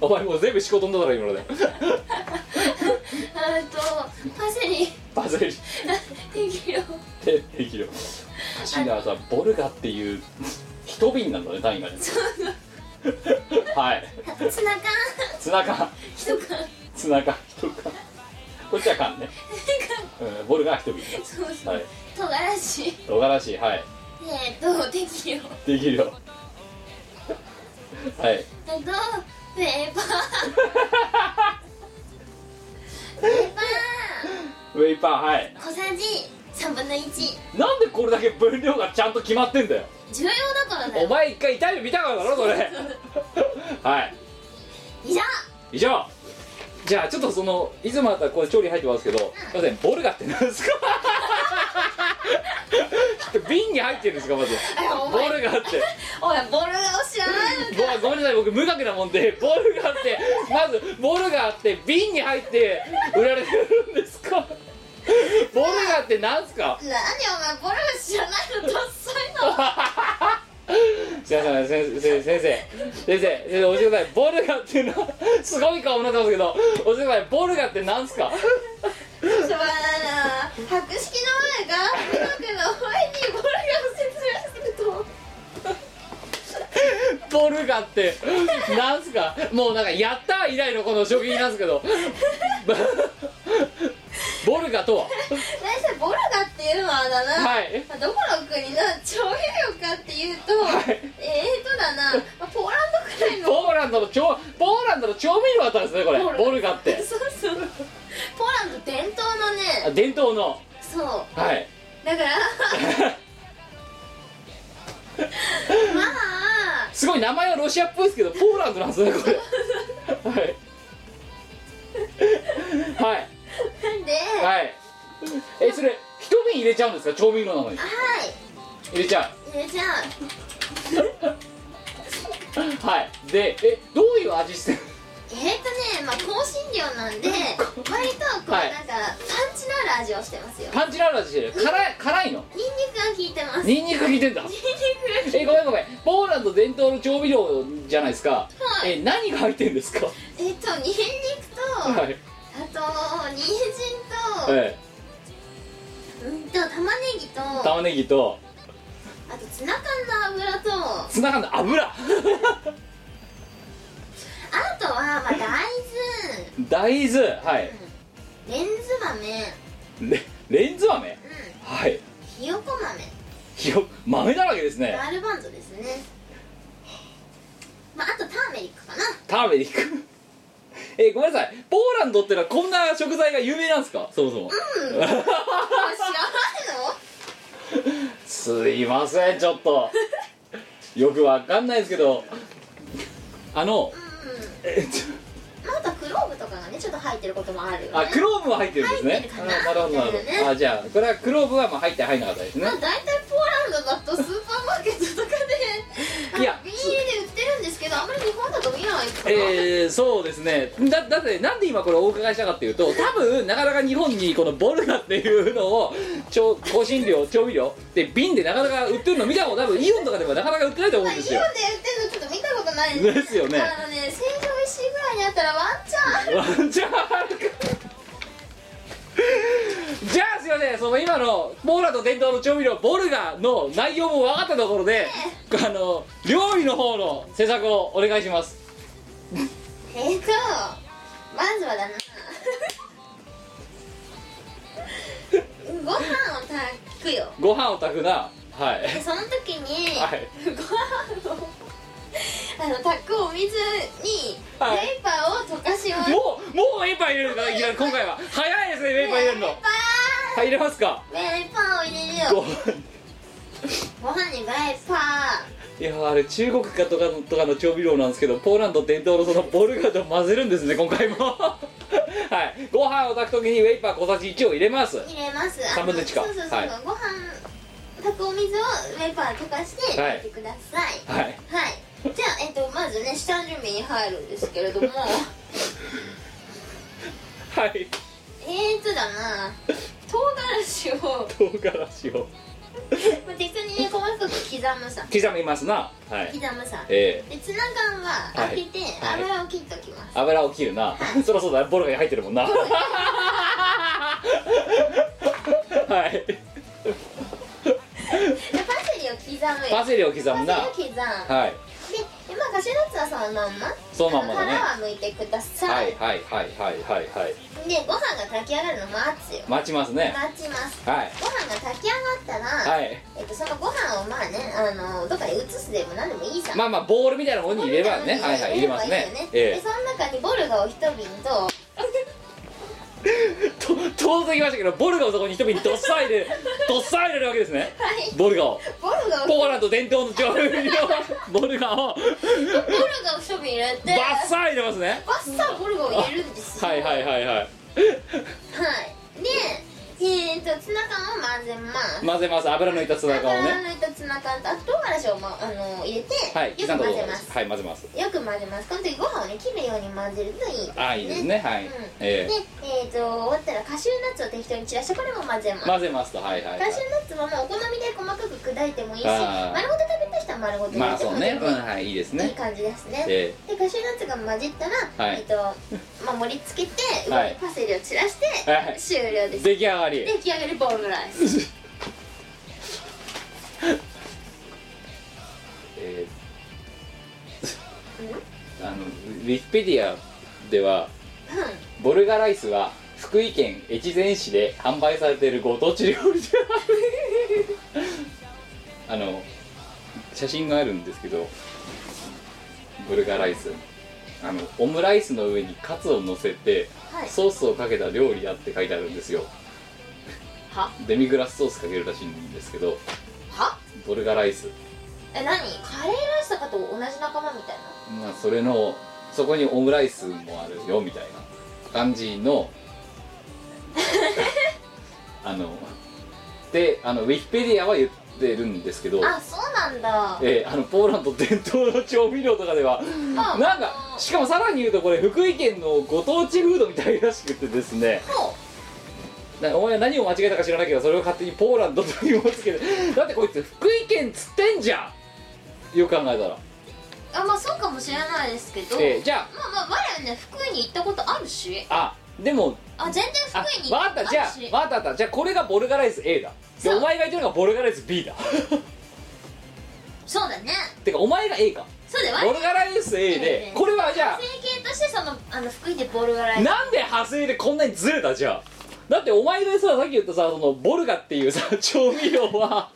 お前もう全部仕事んだから今のでえっとパセ リバズり適量てできるおかしいなさボルガっていう一瓶なんだね単位がねはいツナ缶ツナ缶一缶ツナ缶一缶こっちは缶ね、うん、ボルガは一瓶そうそうはい唐辛子唐辛子はいえっと適量できるよはいえっとペーパーウェイパーはい小さじ3分の1なんでこれだけ分量がちゃんと決まってんだよ重要だからだおよ前一回痛い目見たからだろそれはい以上以上じゃあちょっとそのいつもだったらこれ調理入ってますけどすいませんボルガって何ですか ちょっと瓶に入ってるんですかまずボルガっておいボルガを知らないのかごごめんなさい僕無学なもんでボルガってまずボルガって瓶に入って売られてるんですかボルガって何すか何お前ボルガ知らないのダッサいのすいません先生先生先生先生教えてくださいボルガっていうのはすごい顔になってますけど教えてくださいボルガって何すかしょうがないな博識の前が文学の前にボルガを説明するとボルガってなんすかもうなんかやったー以来のこの食品なんですけどボルガとは大体ボルガっていうのはだな、はいまあどこの国の徴兵力かっていうと、いえーとだな、まあポーランドくらいのポーランドの調ポーランドの調味料だったんですねこれボルガってそうそうポーランド伝統のあね伝統のそうはい だからまあすごい名前はロシアっぽいですけどポーランドなんですねこれはいはいで、はいえそれ一瓶入れちゃうんですか調味料なのにはい入れちゃうえじゃあはいでえどういう味してるえーとねまあ香辛料なんで割とこうはいなんかパンチのある味をしてますよパンチのある味してる辛い辛いのニンニクが効いてますニンニニンニク効いてんだクえごめんごめんポーランド伝統の調味料じゃないですか、はいえ何が入ってんですかえっ、とニンニクと、はいあと人参と、えうんと玉ねぎとえあ玉ねぎととツナ缶の油とあツナ缶の油とはまあ大豆大豆はいレンズ豆レレンズ豆うんはいひよこ豆ひよ豆だらけですねガールバンドですねまああとターメリックかなターメリックえごめんなさいポーランドってのはこんな食材が有名なんですかそもそも、あ知らないのすいません ちょっとよくわかんないですけどあのうんえっとまたクローブとかがねちょっと入ってることもあるよねあクローブは入ってるんです入っねてるあなかなるほどなるみたいなほねどあじゃあこれはクローブはまあ入って入んなかったですねまあ大体ポーランドだとスーパーマーケットとかでいやビニールで売ってるんですけどあんまり日本だと見ないから、えー、そうですねだだってなんで今これお伺いしたかっていうと多分なかなか日本にこのボルナっていうのを調香辛料調味料で瓶でなかなか売ってるの見たこと多分イオンとかでもなかなか売ってないと思うんで日す本よで売ってるのちょっと見たことないですよねあのね成城石井ぐらいにあったらワンチャンじゃあじゃあすいませんその今のポーランド伝統の調味料ボルガの内容も分かったところであの料理の方の制作をお願いしますえーとまずはだ なご飯を炊くよご飯を炊くなはいでその時に、はいご飯を あの炊くお水にペはいーパーを溶かします、もうもうウェイパー入れるのかいや今回は早いですねウェイパー入れるのペーパはい入れますかーペーパーを入れるよごご飯にペーパいやーあれ中国かとかのとかの調味料なんですけどポーランド伝統のそのボルガと混ぜるんですね今回もはいご飯を炊く時にウェイパー小さじ1を入れますー入れます三分の一かあそうそうそう、はいご飯炊くお水をペーパー溶かしてはい入れてくださいはいはい、じゃあ、えっと、まずね下準備に入るんですけ れどもはいえーとだな唐辛子を唐辛子をまあ適当にね細かく刻むさ刻みますなは刻いむさえでツナ缶は開けてはい油を切っておきます、ー、油を切る なそりゃそうだボルガに入ってるもん なはいでパセリを刻むよパセリを刻むなパセリを刻むはいで今カシューナッツはそのまんまそのまんまだねあの殻は剥いてくださ、はいいはいはいはいはいはいでご飯が炊き上がるの待つよ待ちますね待ちますはいご飯が炊き上がったら、はいえっと、そのご飯をまあねあのどっかに移すでも何でもいいじゃんまあまあボールみたいな方に入れればねはいはい入れますねでえその中にボルガを一瓶とえと遠ざきましたけどボルガをそこに一瓶どっさりでどっさり入れるわけですねはいボルガをボルガをボポーランド伝統の調味料ボルガをルガを一瓶入れてバッサー入れますねバッサーボルガを入れるんですよはいはいはいはいはいでえー、とツナ缶を混ぜます混ぜます油のいたツナ缶を油ね抜いたツナ缶とあと唐辛子を、ま、あの入れて、はいよく刻んだとこ混ぜろでますはい混ぜますよく混ぜますこの時ご飯をね切るように混ぜるといいああいいですねはいうんえでえー、と終わったらカシューナッツを適当に散らしてこれも混ぜますえ混ぜますとはいはいはカいシューナッツはもうお好みで細かく砕いてもいいしあー丸ごと食べた人は丸ごとまあてそうもいねいうんはいいいですいいね感じですね、えでカシューナッツが混じったら、はいえっとまあ、盛り付けて上はいにパセリを散らして、はい終え了です出来上がり出来上がりボールライスえーあのウィキペディアではボルガライスは福井県越前市で販売されているご当地料理であるあの写真があるんですけどボルガライスあのオムライスの上にカツを乗せて、はいソースをかけた料理だって書いてあるんですよはデミグラスソースかけるらしいんですけどはボルガライスえ何カレーライスとかと同じ仲間みたいなまあそれのそこにオムライスもあるよみたいな感じの あのであのウィキペディアは言ってるんですけど、あそうなんだえーあのポーランド伝統の調味料とかではあなんかしかもさらに言うとこれ福井県のご当地フードみたいらしくてですねそなお前は何を間違えたか知らないけどそれを勝手にポーランドと言いますけどだってこい つ福井県つってんじゃんよく考えたら、あまあそうかもしれないですけど、えーじゃまあまあ我はね福井に行ったことあるしああでもあ全然あ福井に行わかったことじあゃるあしわかったわかったじゃあこれがボルガライス A だでそうお前が言ってるのがボルガライス B だ そうだねてかお前が A かそうだよボルガライス A ええでこれはじゃ整形としてそのあの福井でボールがラあイスなんで派生でこんなにずれたじゃあだってお前でささっき言ったさそのボルガっていうさ 調味料は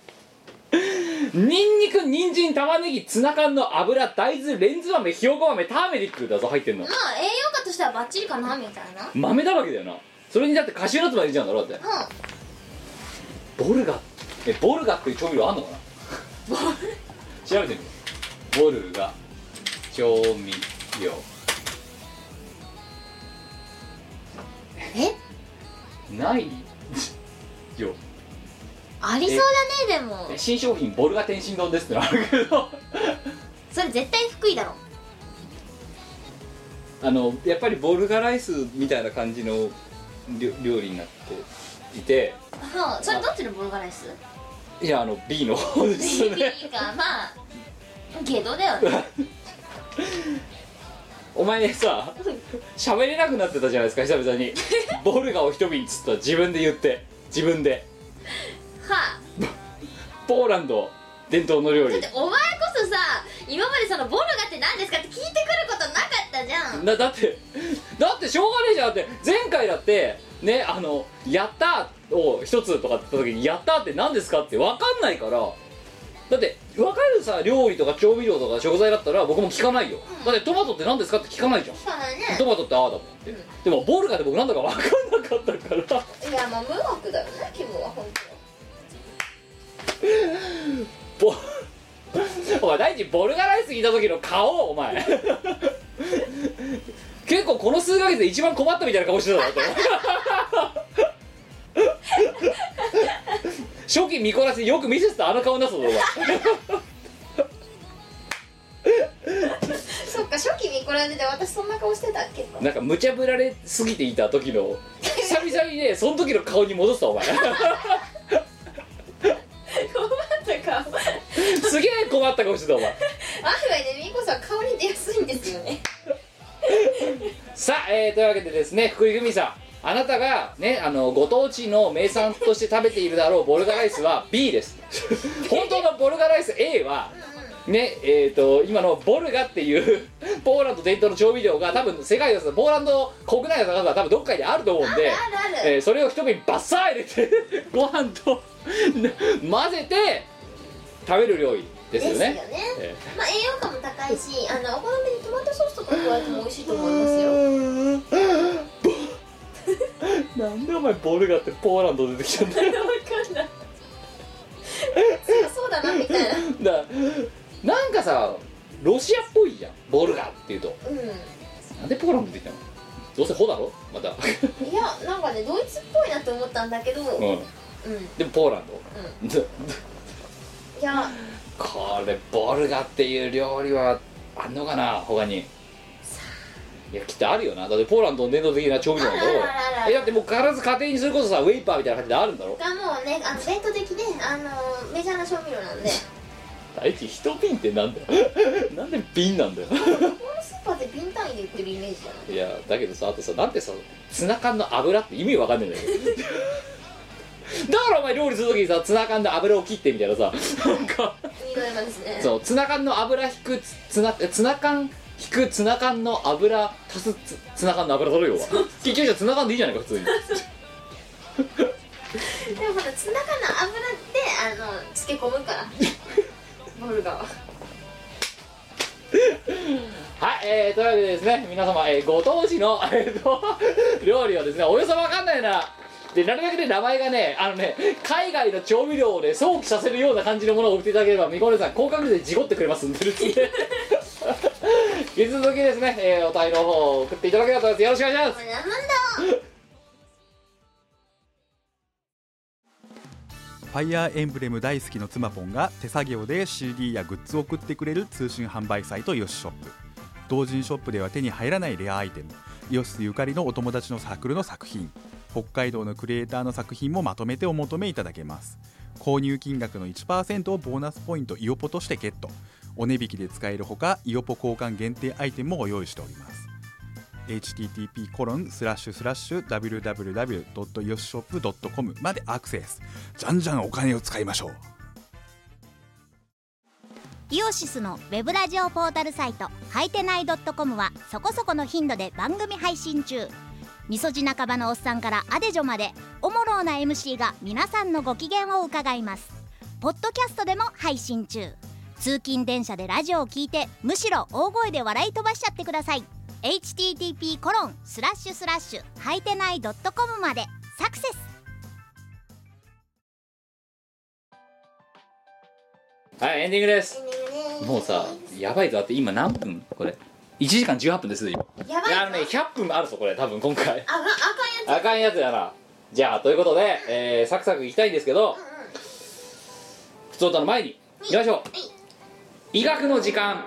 ニンニク人参玉ねぎツナ缶の油大豆レンズ豆ひよこ豆ターメリックだぞ入ってんのまあ栄養価としてはバッチリかなみたいな豆だらけだよなそれにだってカシューナッツまで入れちゃうんだろだってうボルガえボルガっていう調味料あんのかな調べてみるボルガ調味料ないよありそうだねでもで新商品ボルガ天津丼ですってのあるけどそれ絶対福井だろ あのやっぱりボルガライスみたいな感じの料料理になっていてそうそれどっちのボルガライスいやあの B の方でいすいね かまあゲドだよねお前さ喋れなくなってたじゃないですか久々 にボルガを一瓶っつった自分で言って自分ではあポーランド伝統の料理だってお前こそさ今までそのボルガって何ですかって聞いてくることなかったじゃんなだってだってしょうがねえじゃんだって前回だってねあの「やった!」を一つとかって言った時に「やった!」って何ですかって分かんないからだって分かるさ料理とか調味料とか食材だったら僕も聞かないよだってトマトって何ですかって聞かないじゃんそうだねトマトってああだもんって、でもボルガで僕なんだか分かんなかったからいやまあ無学だよねキムは本ボ お前大臣ボルガライス聞いた時の顔お前結構この数ヶ月で一番困ったみたいな顔してただって初期見こなしよく見せてたあの顔なすぞお前当そっか初期見こられて私そんな顔してたっけなんか無茶ぶられすぎていた時の久々にねその時の顔に戻したお前困った顔 すげえ困った顔してたお前案外ねみこさん顔に出やすいんですよねさあ、えーというわけでですね福井組さんあなたがねあのご当地の名産として食べているだろうボルガライスは B です 本当のボルガライス A はねえー、と今のボルガっていうポーランド伝統の調味料が多分世界でポーランド国内の高さは多分どっかにあると思うんであるあるえーそれを一瓶バッサー入れて ご飯と混ぜて食べる料理ですよねですよねえまあ栄養価も高いしあのお好みでトマトソースとか加えても美味しいと思いますよー なんでお前ボルガってポーランド出てきたんだよ分かんないそうだなみたい なだなんかさロシアっぽいじゃんボルガっていうとうなんでポーランド出てきたのどうせホだろまた、うんいやなんかねドイツっぽいなと思ったんだけどうん、ん、でもポーランド、いや これボルガっていう料理はあんのかな他にいやきっとあるよなだってポーランドの伝統的な調味料なんだろあるあるあるあるえだってもう必ず家庭にすることさウェイパーみたいな感じであるんだろがもうねあの伝統的であのメジャーな調味料なんで大地一瓶ってなんだよ なんで瓶なんだよこのスーパーで瓶単位で売ってるイメージじゃないいやだけどさあとさなんでさツナ缶の油って意味わかんないんだけどだからお前料理するときにさツナ缶の油を切ってみたいなさなんか二度山ですねそうツナ缶の油引くツツナツナ缶引くツナ缶の油足すツツナ缶の油取るよお前結局じゃあツナ缶でいいじゃないか普通にでもほらツナ缶の油であの漬け込むからボルガははい、えー、というわけでですね皆様、えーご当地の、 えー、と料理をですねおよそわかんないようなでなるべくね名前がねあのね海外の調味料をね想起させるような感じのものを送っていただければみこねさん高確率で事故ってくれますんでですね 引き続きですね、えーお便りの方を送っていただければと思いますよろしくお願いしますなんだファイアーエンブレム大好きの妻ポンが手作業で CD やグッズを送ってくれる通信販売サイトイオシショップ同人ショップでは手に入らないレアアイテムイオシスゆかりのお友達のサークルの作品北海道のクリエイターの作品もまとめてお求めいただけます購入金額の1%をボーナスポイントイオポとしてゲットお値引きで使えるほかイオポ交換限定アイテムもご用意しております http コロンスラッシュスラッシュ www.yoshop.com までアクセスじゃんじゃんお金を使いましょうイオシスのウェブラジオポータルサイト「はいてない .com」はそこそこの頻度で番組配信中みそじ半ばのおっさんからアデジョまでおもろうな MC が皆さんのご機嫌を伺いますポッドキャストでも配信中通勤電車でラジオを聞いてむしろ大声で笑い飛ばしちゃってください http コロンスラッシュスラッシュはいてない .com までサクセスはいエンディングですエンディングねもうさやばいぞだって今何分これ1時間18分ですよ今やばいいやあなのね100分もあるぞこれ多分今回あが赤いやあかんやつやなじゃあということで、えーサクサクいきたいんですけど、普通歌の前にいきましょう、医学の時間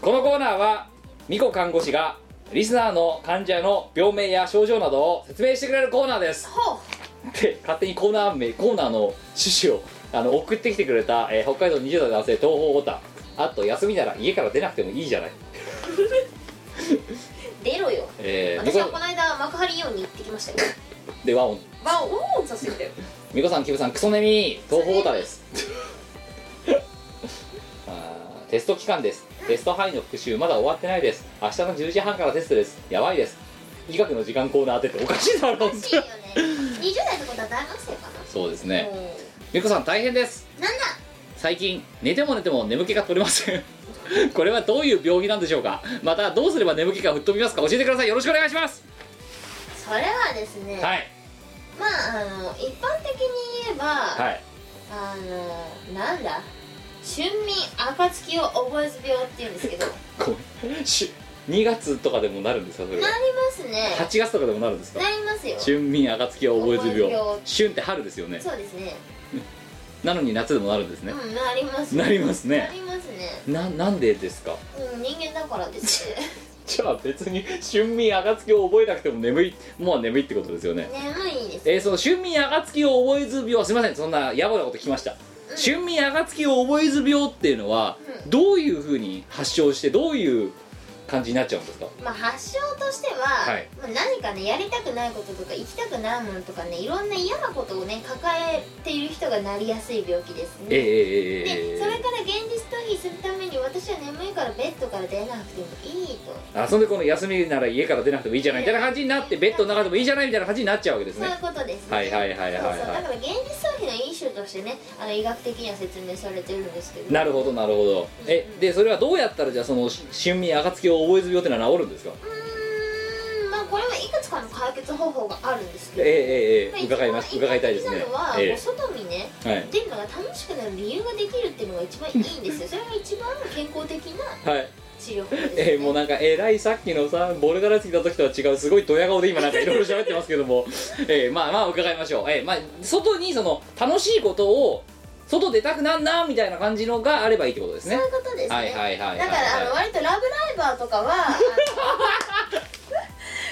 このコーナーは美子看護師がリスナーの患者の病名や症状などを説明してくれるコーナーですほうで勝手にコーナー名コーナーの趣旨をあの送ってきてくれた、えー北海道20代男性東方オタあと休みなら家から出なくてもいいじゃない、出ろよえー、美私はこ子の間幕張イオンに行ってきましたよでワンオンわおおさせてよ美子さんキムさんクソネミ東方オタです あーテスト期間ですテスト範囲の復習まだ終わってないです明日の10時半からテストですやばいです医学の時間コーナー当てておかしいだろおかしいよね20代ってことは大学生かなそうですねも美子さん大変ですうなんだ最近寝ても寝ても眠気が取れません これはどういう病気なんでしょうかまたどうすれば眠気が吹っ飛びますか教えてくださいよろしくお願いしますそれはですね、はいまああの一般的に言えば、はいあのなんだ春眠暁を覚えず病って言うんで すけどなりこうし2月とかでもなるんですかそ れはますね8月とかでもなるんですかなりますよ春眠暁は覚えず病覚えず病春って春ですよねそうですねなのに夏でもなるんですね、うんなりますなりますねなりますねななんでですかうん人間だからで すねじゃあ別に春眠暁を覚えなくても眠いもう眠いってことですよね眠いですえー、その春眠暁を覚えず病すいませんそんな野暮なこと聞きました、春眠暁を覚えず病っていうのは、どういうふうに発症してどういう感じになっちゃうんですかまあ発症としては、はいまあ、何かねやりたくないこととか行きたくないものとかねいろんな嫌なことをね抱えている人がなりやすい病気ですねえー、えでーそえれから現実逃避するために私は眠いからベッドから出なくてもいいと、ー、あそんでこの休みなら家から出なくてもいいじゃないみたいな感じになってベッドの中でもいいじゃないみたいな感じになっちゃうわけですそういうねことですねはいはいはいはいはいそうそうだから現実逃避の一種としてねあの医学的には説明されてるんですけどなるほどなるほどえでそれはどうやったらじゃあその春眠暁を覚えず病っていうのは治るんですかうーんまあこれはいくつかの解決方法があるんですえーえーえけど、ー伺います伺いたいですね一番一番大事なのは、えもう外にねーはい出るのが楽しくなる理由ができるっていうのが一番いいん ですよそれが一番健康的なはい治療法です、ねえーもうなんかえらいさっきのさボルガラス来た時とは違うすごいドヤ顔で今なんかいろいろ喋ってますけども、えーまあまあ伺いましょう、えーまあ、外にその楽しいことを外出たくなんなみたいな感じのがあればいいってことですそうねいうことですね、はいはいはいはいだからあの 割と「ラブライバー」とかはあの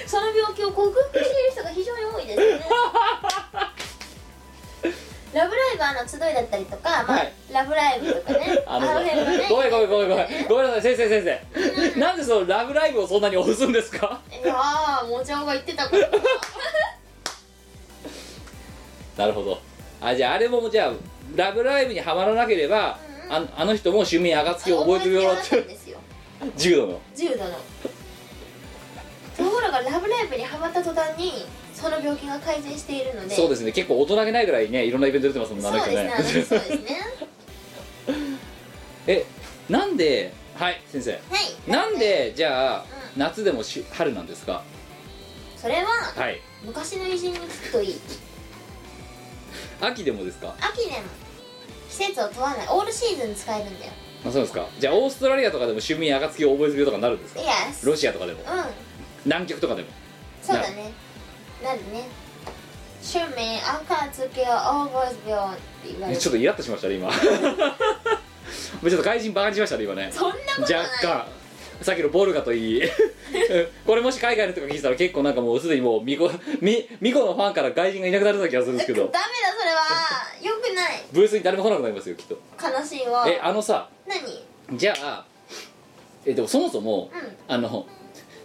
その病気を克服している人が非常に多いで すねラブライバーの集いだったりとか、まあはいラブライブとかね あのさあの辺がねごめんごめんごめんごめんごめんなさい先生先生なんでその「ラブライブ!」をそんなに押すんですかいやーもちゃおが言ってたこと だなるほどあじゃああれもじゃあ「ラブライブ!」にはまらなければ、あのあの人も趣味暁を覚えてみようっ覚えてなかったんてですよ 柔道の重度のところがラブライブにハマった途端にその病気が改善しているのでそうですね結構大人げないぐらいねいろんなイベント出てますもんそあうの人ですねあの人そうですね えなんではい先生はい なんでじゃあ、う夏でもし春なんですかそれははい昔の偉人に聞くといい秋でもですか秋でも季節を問わないオールシーズン使えるんだよあそうですかじゃあオーストラリアとかでも趣味暁を覚えず病とかになるんですかイエスうんロシアとかでも南極とかでもそうだねなるね趣味赤付けをオーバーズ病って言われえるちょっとイラッとしましたね今 もうちょっと外人バカにしましたね今ねそんなことない若干さっきのボルガとい いこれもし海外の人が聞いてたら結構なんかもうすでにもうミコ ミミコのファンから外人がいなくなるような気がするんですけダメどだそれはよくないブースに誰も来なくなりますよきっと悲しいわえあのさ何じゃあえでもそもそも、うんあの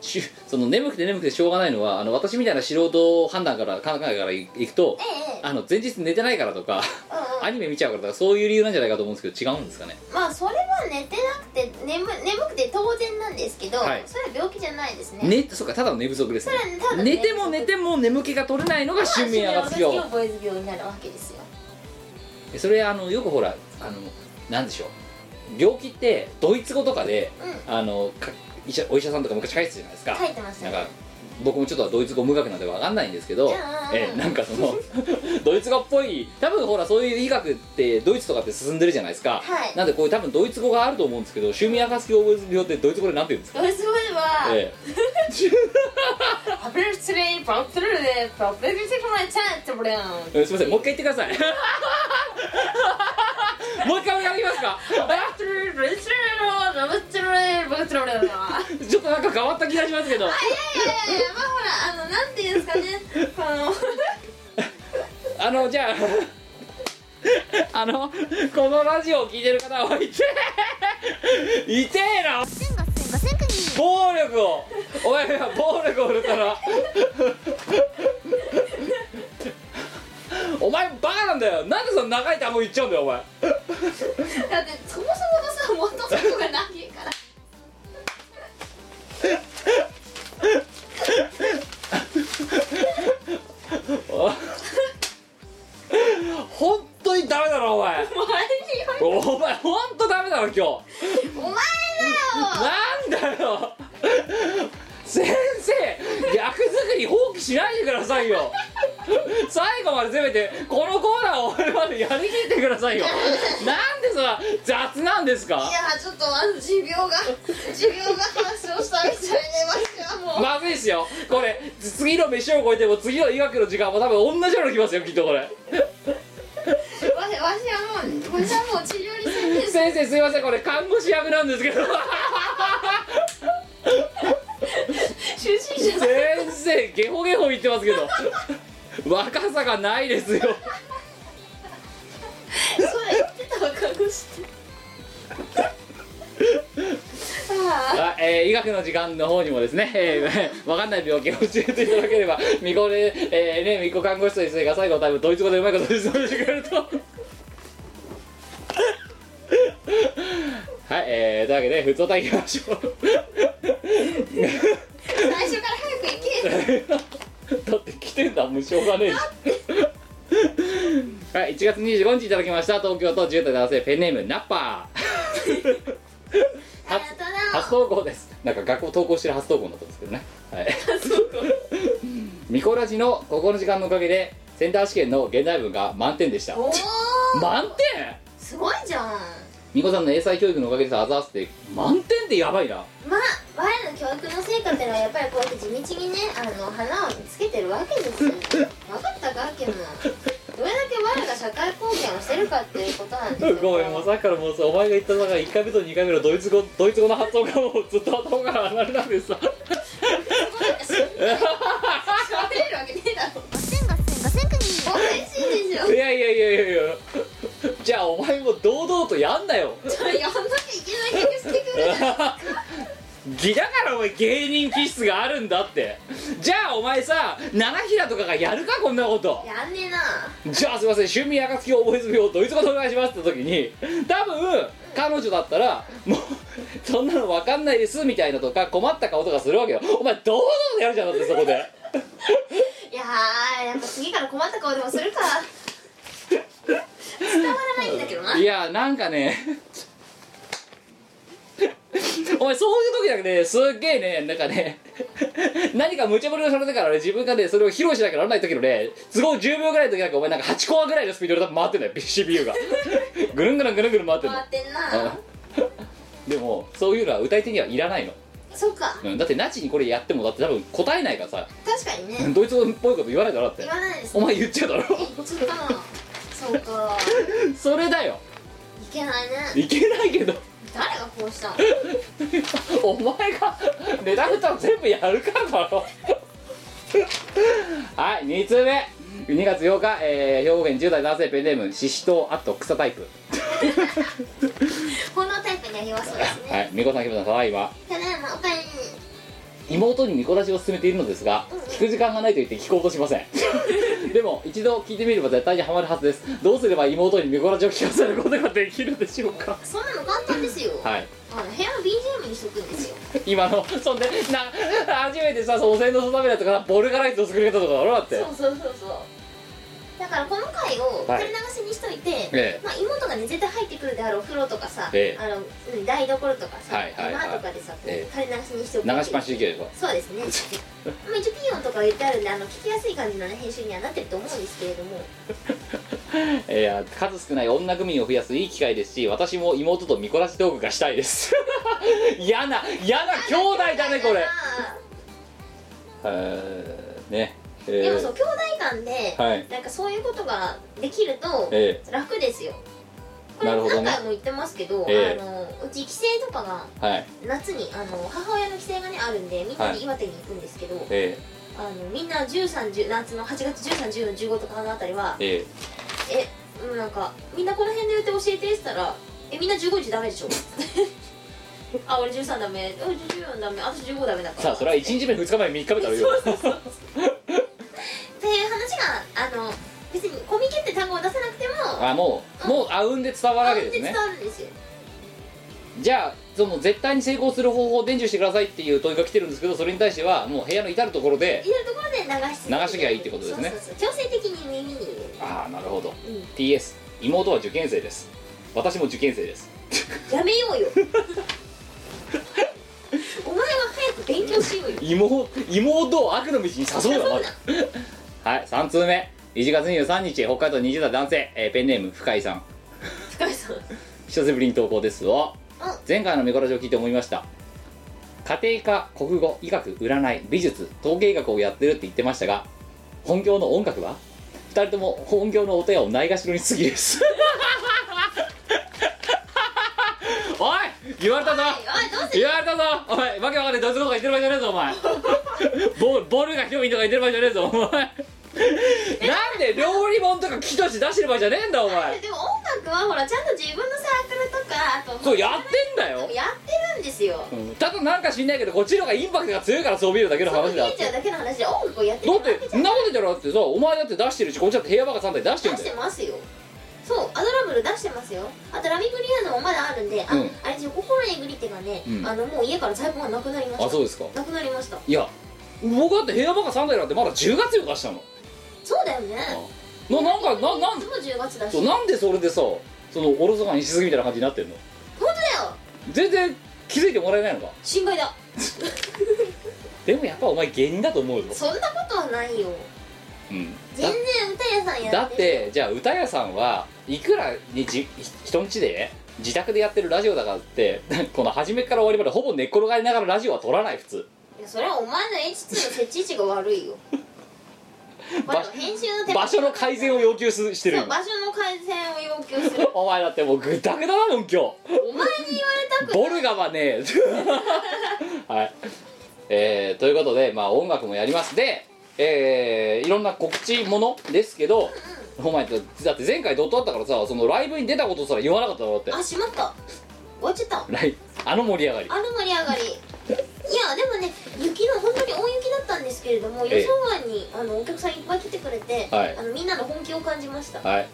しゅその眠くて眠くてしょうがないのはあの私みたいな素人判断から考えからいいくとええええあの前日寝てないからとか、うんうんアニメ見ちゃうからとかそういう理由なんじゃないかと思うんですけど違うんですかねまあそれは寝てなくて眠眠くて当然なんですけど、はいそれは病気じゃないですね寝てそうかただの寝不足ですねそれはただの寝寝不足ても寝ても眠気が取れないのがまあ趣味やがつよボーイズ病になるわけですよえそれあのよくほらあのなんでしょう病気ってドイツ語とかで、うあのか医者お医者さんとか昔書いてたじゃないですか書いてましなたんねか僕もちょっとドイツ語無学なんでわかんないんですけど、うんうんえなんかその ドイツ語っぽい多分ほらそういう医学ってドイツとかって進んでるじゃないですか、はいなんでこういう多分ドイツ語があると思うんですけど「趣味明かす教病ってドイツ語でなんて言うんですかドイツ語では、 え Popular today, popular today, popular music from my time to brown ええすみませんもう一回言ってくださ いもう一回お願いしますか Popular music from my time to brown 僕と俺はちょっとなんか変わった気がしますけどいやいやまあほらあのなんていうんですかねこのあのじゃ ああのこのラジオを聞いてる方は痛え痛えな暴力をおやおや暴力を振るった らお前バカなんだよなんでその長い単語言っちゃうんだよお前だってそもそもがさ元々がないから本当にダメだろお前もうあれにお前本当ダメだろ今日お前だなよんだよ先生役作り放棄しないでくださいよ最後までせめてこのコーナーを終わるまでやりきってくださいよなんでさ雑なんですかいやちょっとあの持病が持病が発症したみたいで私はもうまずいっすよこれ次の飯を超えても次の医学の時間も多分同じようなの来ますよきっとこれわしわしはもうわしはもう治療に 専念する先生すいませんこれ看護師役なんですけど主治医じゃない先生ゲホゲホ言ってますけど若さがないですよそう言ってたわ隠してああえー医学の時間の方にもですね、えー わかんない病気を教えていただければみこで、えーねみこ看護師先生が最後多分ドイツ語でうまいこと説明してくれると はい、えー、というわけで普通おいきまし ょうあ最初から早く行けよだって来てんだもん しょうがねえしはい1月25日いただきました東京都10代男性ペンネー ムナッパーあ初りが初と投稿ですなんか学校投稿してる初投稿だったんですけどねはい初投稿ミコラジのここの時間のおかげでセンター試験の現代文が満点でしたおお満点すごいじゃんミコさんの英才教育のおかげでさあざわせて満点ってやばいなまあ我の教育の成果ってのはやっぱりこうやって地道にねあの花を見つけてるわけですよ分かったかけもどれだけ我が社会貢献をしてるかっていうことなんですよごめんもうさっきからもうさお前が言った中1回目と2回目のドイツ語ドイツ語の発音がもうずっと頭から離れなんでさ食べれるわけねえだろ美味しいでしょいやいやいやいやいやじゃあお前も堂々とやんなよやんなきゃいけない気がしてくるぎだからお前芸人気質があるんだってじゃあお前さ七平とかがやるかこんなことやんねえなじゃあすいません春眠暁を覚えず病をドイツ語でお願いしますって時に多分彼女だったらもうそんなの分かんないですみたいなとか困った顔とかするわけよお前堂々とやるじゃんだってそこでいやーやっぱ次から困った顔でもするか伝わらないんだけどないやなんかねお前そういう時だけねすっげえねなんかね何か無茶ぶりをされてからね自分がねそれを披露しなきゃならない時のね都合10秒ぐらいの時なんかお前なんか8コアぐらいのスピードで多分回ってんだよビッシュビューがぐるんぐるんぐるんぐるん回ってんの回ってんなうんでもそういうのは歌い手にはいらないの、そっかうん、だってナチにこれやってもだって多分答えないからさ確かにねドイツ語っぽいこと言わないだろだって言わないですおね前言っちゃうだろ言っちゃったなそうかそれだよいけないねいけないけど誰がこうした のお前がネタ歌を全部やるからだろ はい2通目2月8日、えー兵庫県10代男性ペンネームシシトウあと草タイプこのタイプには弱そうですねはいみこさんひろさんただいまただいまおかえり妹にミコラジを勧めているのですが聞く時間がないと言って聞こうとしません でも一度聞いてみれば絶対にハマるはずですどうすれば妹にミコラジを聞かせることができるでしょうかそんなの簡単ですよはいあの部屋の BGM にしとくんですよ今のそんでな初めてさその先導のためだとかボルガライズの作り方とかだろだってそうそうそうそうだからこの回をはい垂れ流しにしといて、ええまあ、妹がね絶対入ってくるであろうお風呂とかさ、ええあのうん台所とかさ、はいはいはい山とかでさこうええ垂れ流しにしておく流しっぱなしでいけるでしょそう ですねまあ一応ピヨンとか言ってあるんであの聞きやすい感じの、ね、編集にはなってると思うんですけれどもいや数少ない女組を増やすいい機会ですし私も妹と見こらしトークがしたいです 嫌な嫌な兄弟だねこれえーねえーでもそう兄弟間で、はいなんかそういうことができるとえ楽ですよこなれるほどね何回も言ってますけど、ええあのうち帰省とかがえはい夏にあの母親の帰省がねあるんでみんなはでい岩手に行くんですけど、えあのみんな13 10夏の8月1314 15とかあのあたりはー、ええうんなんかみんなこの辺で言って教えてって言ったら「えみんな15日ダ メでしょ」あ俺13ダメ俺14ダメ私15ダメだー、からさあそれは1日目2日目3日目だろうよっていう話があの別にコミケって単語を出さなくてもあもうもうあうんで伝わるわけですね伝わるんですよじゃあその絶対に成功する方法を伝授してくださいっていう問いが来てるんですけどそれに対してはもう部屋の至る所でいるところで流し流しときゃいいってことですねそうそうそう強制的に耳に入れるああなるほど、うん TS 妹は受験生です私も受験生ですやめよう よお前は早く勉強しようよ妹妹を悪の道に誘うなまずはい3通目1月23日北海道20代男性、えーペンネーム深井さん深井さん久しぶりに投稿ですをあ前回のメコラジを聞いて思いました家庭科国語医学占い美術統計学をやってるって言ってましたが本業の音楽は2人とも本業のお手をないがしろにしすぎです おい言われたぞおいどうせ言われたぞおいわけわかんないどいつのとか言ってる場合じゃねえぞお 前ボボールがひどいとか言ってる場合じゃねえぞお前なんで料理本とか木とし出してる場合じゃねえんだお前でも音楽はほらちゃんと自分のサークルとかあとそうやってんだよやってるんですようんただなんか知んないけどこっちの方がインパクトが強いからそう見えるだけのそう話だ見っえちてゃうだだけの話で音楽をやってるっわけてそんなこと言ったらだってさお前だって出してるしこっちだって部屋ばっか3台出して出るんしだよてますよそうアドラブル出してますよあとラミグリアーノもまだあるんで、あうんあれですよ心えぐり手がね、うんあのもう家から在庫がなくなりましたあそうですかなくなりましたいや僕だって部屋ばっか3台なんてまだ10月よ出したのそうだよねななんかななんいつも10月だしそう本なんでそれでさそのおろそかにしすぎみたいな感じになってんの当だよ全然気づいてもらえないのか心外だでもやっぱお前芸人だと思うよ、そんなことはないようん、全然歌屋さんやだだってじゃあ歌屋さんはいくらにじ人んちでね自宅でやってるラジオだからって この初めから終わりまでほぼ寝っ転がりながらラジオは撮らない普通いやそれはお前の H2 の設置位置が 悪いよまあでも編集の手間場所の改善を要求すしてるそう場所の改善を要求するお前だってもうグダグダだもん今お前に言われたく日ボルガはね はいえー、ということでまあ音楽もやりますでえー、いろんな告知ものですけど、お前だだって前回ドットだったからさそのライブに出たことすら言わなかっただろだってあしまった終わっちゃったライあの盛り上がりあの盛り上がりいやでもね雪の本当に大雪だったんですけれどもええ予想外にあのお客さんいっぱい来てくれて、はいあのみんなの本気を感じましたあはい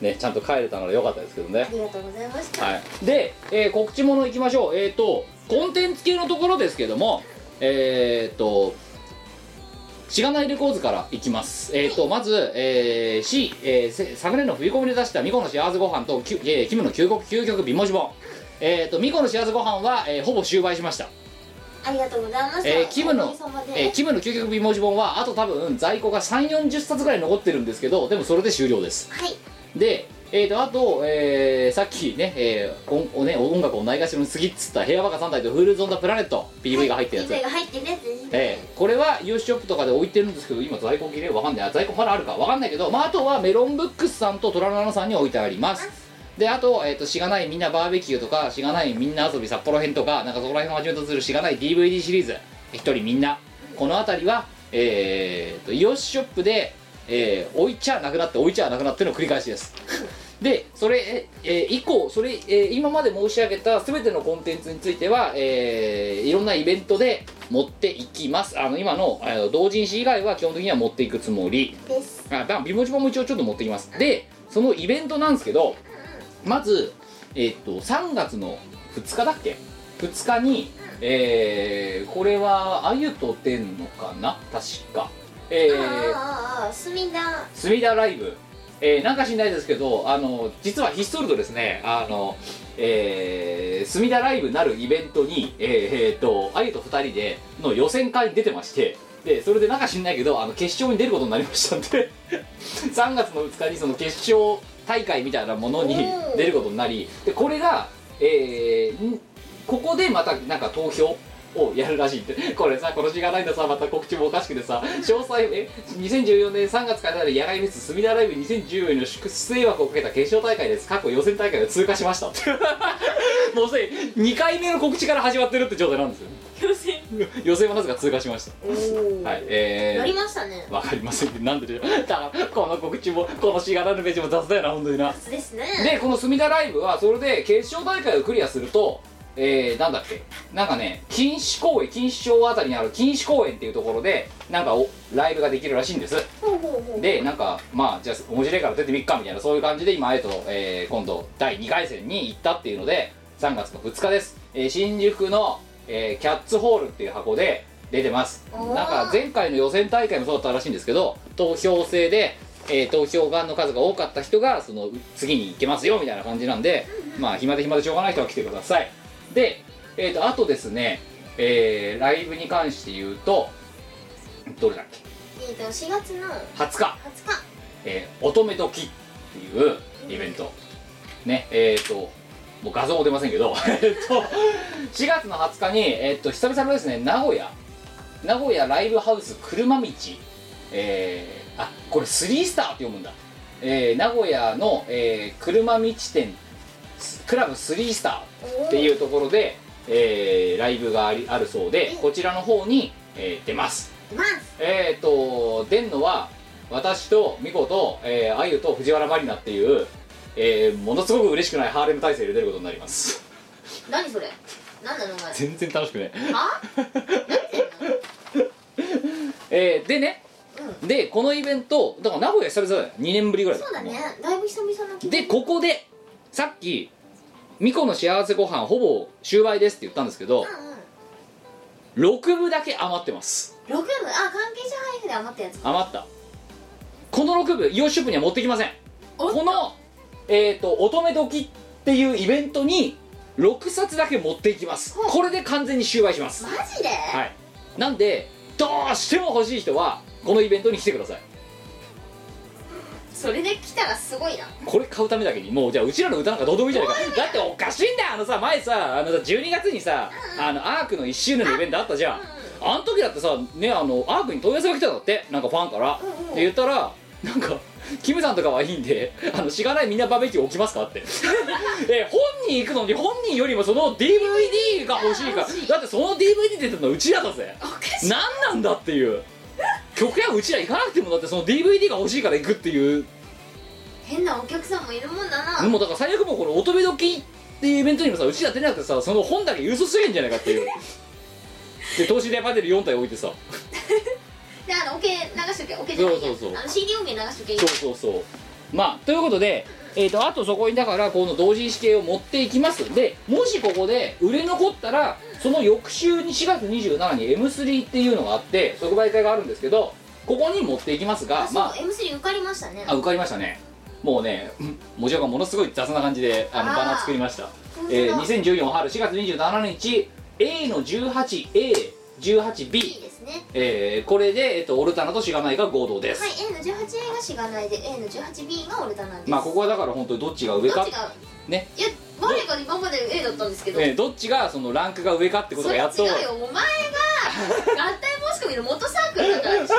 ねちゃんと帰れたのら良かったですけどねりがとうございました、はい、で、えー告知ものいきましょうえっ、とコンテンツ系のところですけどもえっ、としがないレコーズからいきますえっ、とまず、えー C、えーせ昨年の冬コミで出した「ミコの幸せご飯ときゅえーキムの究極究極美文字本」えっ、とミコの幸せご飯は、えーほぼ終売しましたありがとうございました、えーキムのおかげさまでえーキムの究極美文字本はあと多分在庫が3 4 0冊ぐらい残ってるんですけどでもそれで終了ですはいで、えー、とあと、えーさっきね,、えー音おね音楽をないがしろに過ぎっつった「平和バカ3体」と「フールズ・オン・ザ・プラネット」PV が入ってるやつ、 PV が入ってるやつですねえーこれは u シショップとかで置いてるんですけど今在庫切れわかんないあ在庫まだあるかわかんないけど、まあ、あとはメロンブックスさんとトラノラノさんに置いてありますであと,、えー、としがないみんなバーベキューとかしがないみんな遊び札幌編とかなんかそこら辺をはじめとするしがない DVD シリーズ一人みんなこの辺りはえー、とイオシショップで、えー置いちゃなくなって置いちゃなくなっての繰り返しですでそれ、えー以降それ、えー今まで申し上げた全てのコンテンツについては、えーいろんなイベントで持っていきますあの今のあの同人誌以外は基本的には持っていくつもりですあだから美文字版も一応ちょっと持ってきますでそのイベントなんですけどまず、えっと3月の2日だっけ2日に、えーこれはあゆとてんのかな確かえあーああああ隅田隅田ライブ、えーなんか知んないですけどあの実はひっそりとですねあの、えー隅田ライブなるイベントにえーえーとあゆと2人での予選会に出てましてでそれでなんか知んないけどあの決勝に出ることになりましたんで3月の2日にその決勝大会みたいなものにおー出ることになりでこれが、えーんここでまたなんか投票をやるらしいって これさこの時間ないんださまた告知もおかしくてさ詳細え2014年3月からある野外フェス隅田ライブ2014の出出枠をかけた決勝大会です過去予選大会を通過しましたって もうすでに2回目の告知から始まってるって状態なんですよ 予選はなぜか通過しましたはいえやりーましたねわかりませんけどなんででだからこの告知もこのしがらぬページも雑だよな本当になですねでこの隅田ライブはそれで決勝大会をクリアするとえー、なんだっけなんかね錦糸公園錦糸町あたりにある錦糸公園っていうところでなんかおライブができるらしいんですほうほうほうでなんかまあじゃあ面白いから出てみっかみたいなそういう感じで今えっと、えー今度第2回戦に行ったっていうので3月の2日です、えー新宿の、えーキャッツホールっていう箱で出てますおーなんか前回の予選大会もそうだったらしいんですけど投票制で、えー投票がんの数が多かった人がその次に行けますよみたいな感じなんで、まあ暇で暇でしょうがない人は来てくださいで、えー、とあとですね、えーライブに関して言うとどれだっけえっと4月の20 20日日えー乙女と木っていうイベントねえっ、ともう画像も出ませんけど えっと4月の20日に、えっと久々のですね名古屋名古屋ライブハウス車道えーあこれスリースターって読むんだ、えー名古屋の、えー車道店スクラブスリースターっていうところで、えーライブがありあるそうでこちらの方に、えー出ます出ますえっ、ー、と出んのは私とミコと、えー、あゆと藤原まりなっていう、えーものすごく嬉しくないハーレム体制で出ることになります何それ何なのこ れ全然楽しくねはえーでね、でこのイベントだから名古屋久々だよ2年ぶりぐらいそうだねだいぶ久々な気がでここでさっきミコの幸せご飯ほぼ終売ですって言ったんですけどうんうん6部だけ余ってます6部あ関係者配布で余ったやつ余ったこの6部イオンショップには持ってきませんこの、えー、と乙女時っていうイベントに6冊だけ持っていきますこれで完全に終売しますマジではいなんでどうしても欲しい人はこのイベントに来てくださいそれで来たらすごいなこれ買うためだけにもうじゃあうちらの歌なんかどうでもいいじゃないかだっておかしいんだよあのさ前さあのさ12月にさあのアークの1周年のイベントあったじゃんあの時だってさねあのアークに問い合わせが来たんだってなんかファンからっうんうんて言ったらなんかキムさんとかはいいんであのしがないみんなバーベキュー置きますか ってえ本人行くのに本人よりもその DVD が欲しいからだってその DVD 出てるのはうちらだぜ何なんだっていう極やうちら行かなくてもだってその DVD が欲しいから行くっていう変なお客さんもいるもんだなでもだから最悪もうこの乙女時っていうイベントにもさうちら出なくてさその本だけ郵送すりゃいいんじゃないかって いうで投資でパネル4体置いてさであのオケ流しとけオケじゃないやそうそうそうあの CD 音源流しとけそうそうそうまあということでえー、とあとそこにだからこの同人誌系を持っていきますでもしここで売れ残ったらその翌週に4月27に M3 っていうのがあって即売会があるんですけどここに持っていきますあがそう、まあ M3 受かりましたねあ受かりましたねもうねうん文字がものすごい雑な感じであのあーバナー作りました、当だえー、2014春4月27日 A の 18A18B いい、ですねえーこれで、えっとオルタナとしがないが合同です、はい A の 18A がしがないで A の 18B がオルタなんですまあここはだから本当にどっちが上どかっちがねいや我が今まで A だったんですけど、えーどっちがそのランクが上かってことそがれやっと違うよお前が 合体申し込みの元サークルだからでしょ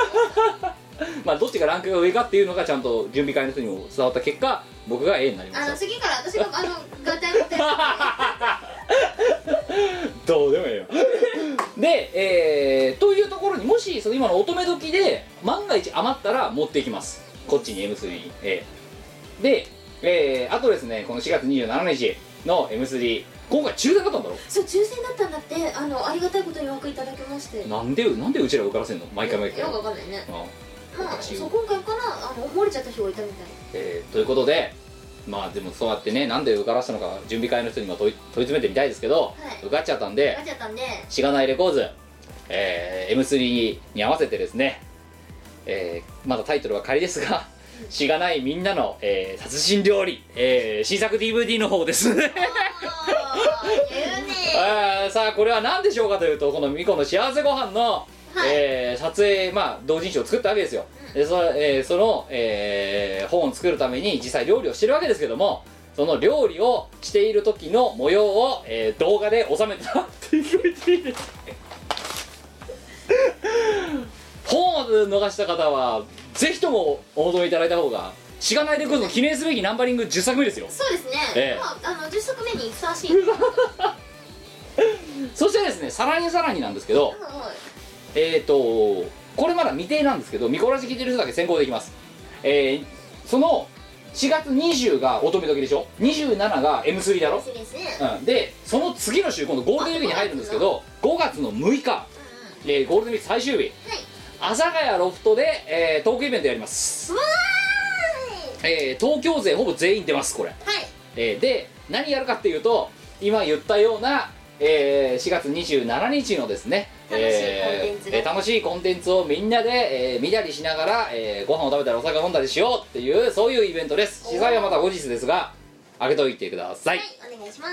まあどっちがランクが上かっていうのがちゃんと準備会の人にも伝わった結果僕が A になりまあのした次から私があの合体みたいなどうでもいいよで、えーというところにもしその今の乙女時で万が一余ったら持っていきますこっちに M3 えーで、えーあとですねこの4月27日の M3 今回中断だったんだろそう抽選だったんだってあのありがたいことにお枠いただきましてなんでなんでうちら受からせんの毎回毎回よくわかんないねうんまあ私そう今回からあの漏れちゃった人がいたみたいえーということでまあでもそうやってねなんで受からせたのか準備会の人にも問い問い詰めてみたいですけど、い受かっちゃったんでなっちゃったんでしがないレコーズ、えー M3 に合わせてですね、えーまだタイトルは仮ですが「しがないみんなの、えー殺人料理、えー新作 DVD の方ですねあー言うねあーさあこれは何でしょうかというとこのミコの幸せご飯の、はいえー撮影まあ同人誌を作ったわけですよ、でそえーその、えー本を作るために実際料理をしてるわけですけどもその料理をしている時の模様を、えー動画で収めた DVD 本を逃した方はぜひともお求めいただいた方がしがないレコードの記念すべきナンバリング10作目ですよ そうですね、ええまあ、あの10作目にふさわしいはいはいそしてですねさらにさらになんですけどえっ、とこれまだ未定なんですけど見こらし聞いてる人だけ先行できますえーその4月20が乙女時でしょ27が M3 だろ失、礼ですねうん、でその次の週今度ゴールデンウィークに入るんですけど5月の6日、えーゴールデンウィーク最終日阿佐ヶ谷ロフトで、えートークイベントやりますわえー東京勢ほぼ全員出ますこれーいはいえーで何やるかっていうと今言ったような、えー4月27日のですね楽しいコンテンツえがーえー楽しいコンテンツをみんなで、えー見たりしながら、えーご飯を食べたりお酒を飲んだりしようっていうそういうイベントです主催はまた後日ですが開けといてください、はいお願いしま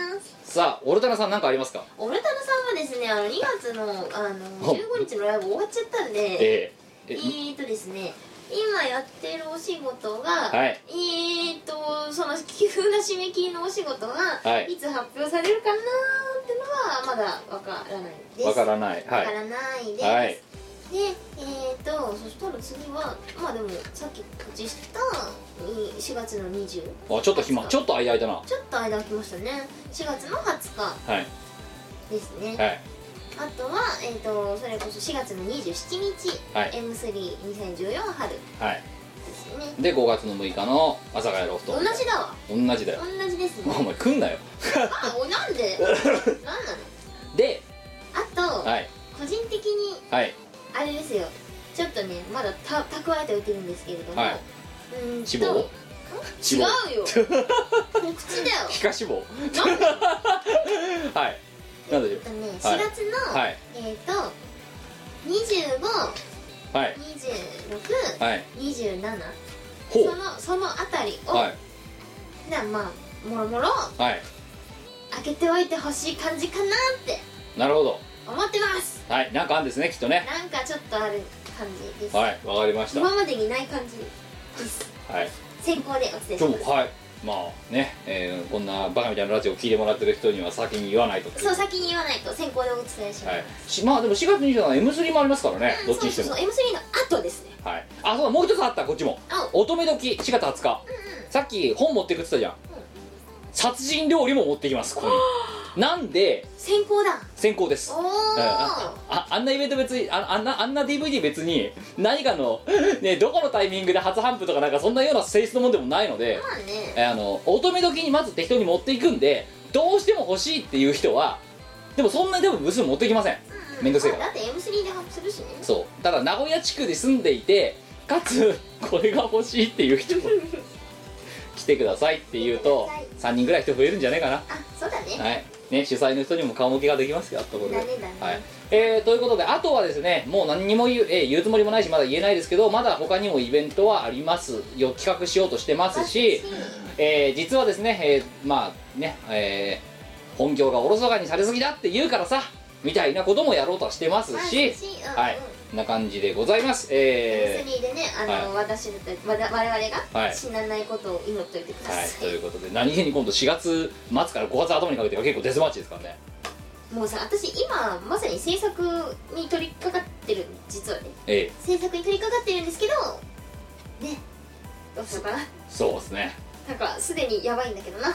すさあオルタナさん何かありますかオルタナさんはですねあの2月のあのお15日のライブ終わっちゃったんでえーええーとですね今やってるお仕事が、はいえーとその急な締め切りのお仕事が、はいい、つ発表されるかなーってのはまだわからないですわからないはわいからないです、はいでえーとそしたら次はまあでもさっき告知したうん4月の20ちょあちょっと暇ちょっと間空いたなっと間空きましたね4月の20日はいですね、はいあとは、えー、とそれこそ4月の27日、はい M32014 春ではいすねで5月の6日の阿佐ヶ谷ロフト同じだわ同じだよ同じです ねお前来んなよあおなんでなんなのであと、はい個人的にはいあれですよちょっとねまだた蓄えておいてるんですけれども、はいうーんと志望違志望う よ口だよ皮下脂肪 なんだよはいなんでしょえっとね4月はいの、うはいえっ、ー、と25、はい26、はい27ほそのそのあたりを、うはいじゃあまあもろもろはい開けておいてほしい感じかなってなるほど思ってますはいなんかあるんですねきっとねなんかちょっとある感じです、はいわかりましたは今までにない感じですい先行でお伝えし今ま日はいまあね、えーこんなバカみたいなラジオを聞いてもらってる人には先に言わないとすそう先に言わないと先行でお伝えしまはす、い、しまあでも4月27日 M3 もありますからねどっちにしてもそうそうそう M3 の後ですねはいあそうだもう一つあったこっちもあ乙女時4月20日、さっき本持ってくって言ったじゃん、殺人料理も持ってきますここになんで先行だ先行ですおおあああんなイベント別にああんなあんな DVD 別に何かの、ね、どこのタイミングで初頒布とかなんかそんなような性質のもんでもないので、まあねえーあの乙女時にまず適当に持っていくんでどうしても欲しいっていう人はでもそんなにでも部数持ってきませんめんどくせえからまあだって M3 で発表するしねそうただ名古屋地区に住んでいてかつこれが欲しいっていう人も来てくださいって言うと3人ぐらい人増えるんじゃないかなあそうだねはいね、主催の人にも顔向けができますよところで、だねだねはいえーということであとはですねもう何にも言う,、えー言うつもりもないしまだ言えないですけどまだ他にもイベントはありますよ企画しようとしてますし、えー実はですね、えーまあね、えー本業がおろそかにされすぎだって言うからさみたいなこともやろうとしてますし、ははいい、こんな感じでございます。え M3 でねあの、私だったりわた我々はがい死なないことを祈っておいてくーだはい、さとい、いうことで何気に今度4月末から5月頭にかけては結構デスマッチですからねもうさ私今まさに制作に取り掛かってる実はねええ制作に取り掛かってるんですけどねどうしようかなそうですねなんかすでにやばいんだけど な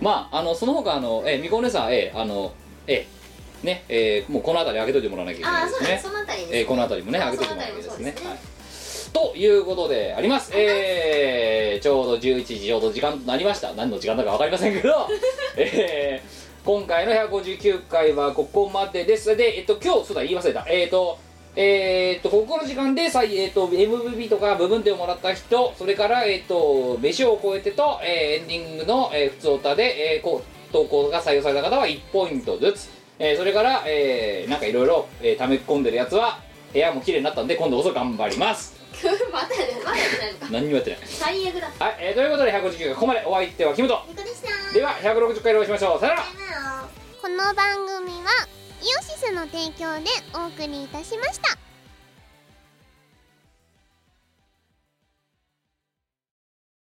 まああのその他あのええみこお姉さんええあのええねええもうこの辺り開けといてもらわなきゃいけあなあいでそうすだねねそのあたりですええこの辺りもねあ開けといてもらわなきゃいけないそでの辺りすね、はいもということであります、えー、ちょうど11時ちょうど時間となりました何の時間だか分かりませんけどえー、今回の159回はここまでですでえっと今日そうだ言い忘れたえっ、とえっとここの時間で再、えっと MVP とか部分点をもらった人それから、えっと飯を超えてと、えーエンディングの、えー、普通歌で、えーこう投稿が採用された方は1ポイントずつ、えーそれから、えーなんかいろいろえー溜め込んでるやつは部屋も綺麗になったんで今度こそ頑張ります まだねまだやってないのか何にもやってない最悪だはい、えーということで159回ここまでお相手はキムトニコでしたでは160回でお会いしましょうさよならこの番組はイオシスの提供でお送りいたしました